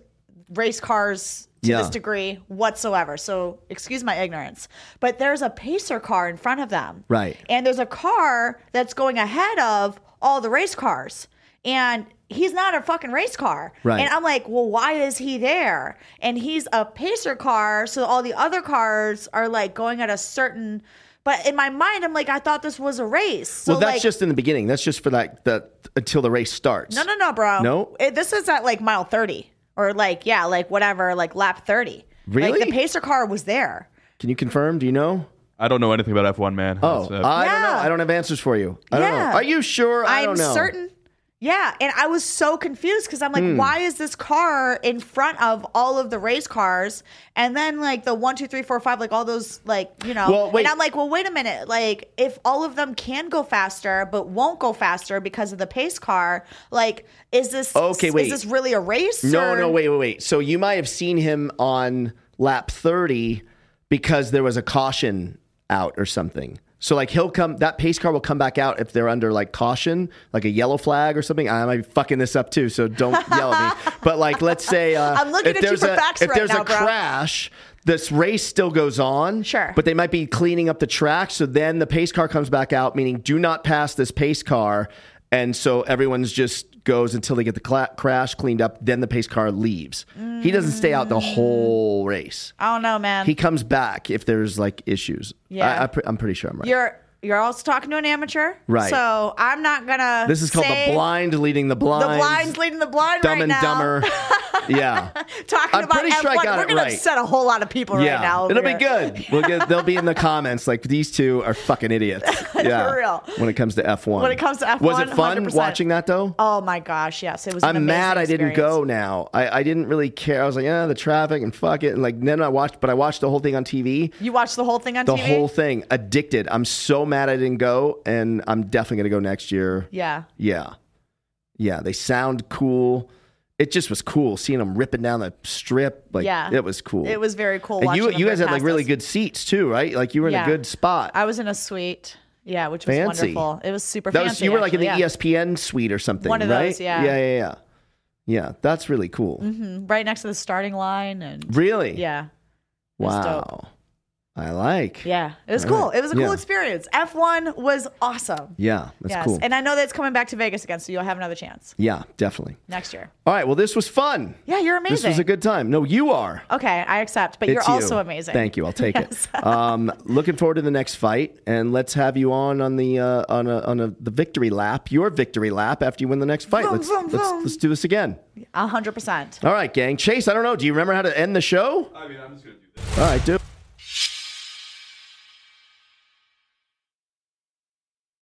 Speaker 3: race cars to
Speaker 1: Yeah.
Speaker 3: this degree whatsoever. So excuse my ignorance. But there's a pacer car in front of them.
Speaker 1: Right.
Speaker 3: And there's a car that's going ahead of all the race cars. And he's not a fucking race car.
Speaker 1: Right.
Speaker 3: And I'm like, well, why is he there? And he's a pacer car. So all the other cars are like going at a certain. But in my mind, I'm like, I thought this was a race. So
Speaker 1: well, that's
Speaker 3: like,
Speaker 1: just in the beginning. That's just for like the until the race starts.
Speaker 3: no, no, no, bro.
Speaker 1: No?
Speaker 3: It- this is at like mile 30 or like, yeah, like whatever, like lap 30.
Speaker 1: Really?
Speaker 3: Like the pacer car was there.
Speaker 1: Can you confirm? Do you know?
Speaker 2: I don't know anything about F1, man.
Speaker 1: Oh,
Speaker 2: That's, uh,
Speaker 1: I don't know.
Speaker 3: Yeah.
Speaker 1: I don't have answers for you. I don't
Speaker 3: Yeah.
Speaker 1: know. Are you sure? I
Speaker 3: I'm
Speaker 1: don't know.
Speaker 3: certain. Yeah. And I was so confused because I'm like,
Speaker 1: Hmm.
Speaker 3: why is this car in front of all of the race cars? And then like the one, two, three, four, five, like all those, like, you know.
Speaker 1: Well, wait.
Speaker 3: And I'm like, well, wait a minute. Like, if all of them can go faster but won't go faster because of the pace car, like, is this
Speaker 1: Okay, wait.
Speaker 3: is this really a race?
Speaker 1: No,
Speaker 3: or-
Speaker 1: no, wait, wait, wait. So you might have seen him on lap 30 because there was a caution out or something. So like he'll come, that pace car will come back out if they're under like caution, like a yellow flag or something. I might be fucking this up too, so don't yell at me. But like, let's say uh,
Speaker 3: I'm looking
Speaker 1: if
Speaker 3: at you
Speaker 1: there's
Speaker 3: for
Speaker 1: a,
Speaker 3: facts
Speaker 1: if
Speaker 3: right
Speaker 1: there's
Speaker 3: now,
Speaker 1: a
Speaker 3: bro.
Speaker 1: crash, this race still goes on.
Speaker 3: Sure.
Speaker 1: but they might be cleaning up the track. So then the pace car comes back out, meaning do not pass this pace car. And so everyone's just goes until they get the cla crash cleaned up. Then the pace car leaves. He doesn't stay out the whole race.
Speaker 3: I don't know, man.
Speaker 1: He comes back if there's like issues.
Speaker 3: Yeah.
Speaker 1: I, I pre- I'm pretty sure I'm right.
Speaker 3: you're you're also talking to an amateur,
Speaker 1: Right.
Speaker 3: So I'm not gonna.
Speaker 1: this is called
Speaker 3: say
Speaker 1: the blind leading the
Speaker 3: The
Speaker 1: blind.
Speaker 3: blind's leading the blind
Speaker 1: Dumb
Speaker 3: right
Speaker 1: and
Speaker 3: now.
Speaker 1: dumber. yeah.
Speaker 3: Talking
Speaker 1: I'm
Speaker 3: about
Speaker 1: pretty sure I
Speaker 3: F1.
Speaker 1: got
Speaker 3: we're
Speaker 1: it
Speaker 3: gonna
Speaker 1: right.
Speaker 3: upset a whole lot of people
Speaker 1: Yeah.
Speaker 3: right now. over
Speaker 1: It'll be
Speaker 3: here.
Speaker 1: good. We'll get, they'll be in the comments like these two are fucking idiots. Yeah.
Speaker 3: real.
Speaker 1: When it comes to F1.
Speaker 3: When it comes to F1,
Speaker 1: Was it fun
Speaker 3: 100%.
Speaker 1: watching that though?
Speaker 3: Oh my gosh, yes, it was. an
Speaker 1: I'm mad I
Speaker 3: amazing
Speaker 1: didn't
Speaker 3: experience.
Speaker 1: go now. I, I didn't really care. I was like, yeah, the traffic and fuck it. And like then I watched but I watched the whole thing on TV.
Speaker 3: You watched the whole thing on
Speaker 1: The
Speaker 3: TV.
Speaker 1: whole thing. Addicted. I'm so mad I didn't go and I'm definitely gonna go next year.
Speaker 3: yeah.
Speaker 1: Yeah. Yeah. They sound cool. it just was cool seeing them ripping down the strip. Like,
Speaker 3: Yeah.
Speaker 1: it was cool.
Speaker 3: It was very cool.
Speaker 1: And
Speaker 3: watching
Speaker 1: you
Speaker 3: them
Speaker 1: you
Speaker 3: go
Speaker 1: guys had like
Speaker 3: past
Speaker 1: really
Speaker 3: us.
Speaker 1: good seats too, right? Like you were in
Speaker 3: Yeah.
Speaker 1: a good spot.
Speaker 3: I was in a suite. Yeah, which was
Speaker 1: Fancy.
Speaker 3: wonderful. It was super
Speaker 1: that was
Speaker 3: fancy.
Speaker 1: you were like in the E
Speaker 3: actually, yeah.
Speaker 1: ESPN suite or something,
Speaker 3: One of
Speaker 1: right?
Speaker 3: those, yeah.
Speaker 1: yeah, yeah, yeah. Yeah, that's really cool.
Speaker 3: right next to the starting line, and
Speaker 1: Really?
Speaker 3: yeah, was dope.
Speaker 1: Wow. I like.
Speaker 3: yeah, it was
Speaker 1: All
Speaker 3: cool.
Speaker 1: right.
Speaker 3: It was a cool
Speaker 1: Yeah.
Speaker 3: experience. F one was awesome.
Speaker 1: Yeah, that's
Speaker 3: yes,
Speaker 1: cool.
Speaker 3: and I know that's coming back to Vegas again, so you'll have another chance
Speaker 1: yeah, definitely.
Speaker 3: next year.
Speaker 1: All right. Well, this was fun.
Speaker 3: Yeah, you're amazing.
Speaker 1: This was a good time. No, you are.
Speaker 3: okay, I accept, but you're
Speaker 1: It's you.
Speaker 3: also amazing.
Speaker 1: Thank you. I'll take it. Um, looking forward to the next fight, and let's have you on on the uh, on a, on a, the victory lap, your victory lap after you win the next fight.
Speaker 3: Vroom,
Speaker 1: let's,
Speaker 3: vroom,
Speaker 1: let's
Speaker 3: vroom.
Speaker 1: let's do this again.
Speaker 3: hundred percent.
Speaker 1: All right, gang. Chase, I don't know. Do you remember how to end the show?
Speaker 2: I mean, I'm just gonna do this.
Speaker 1: All right, dude.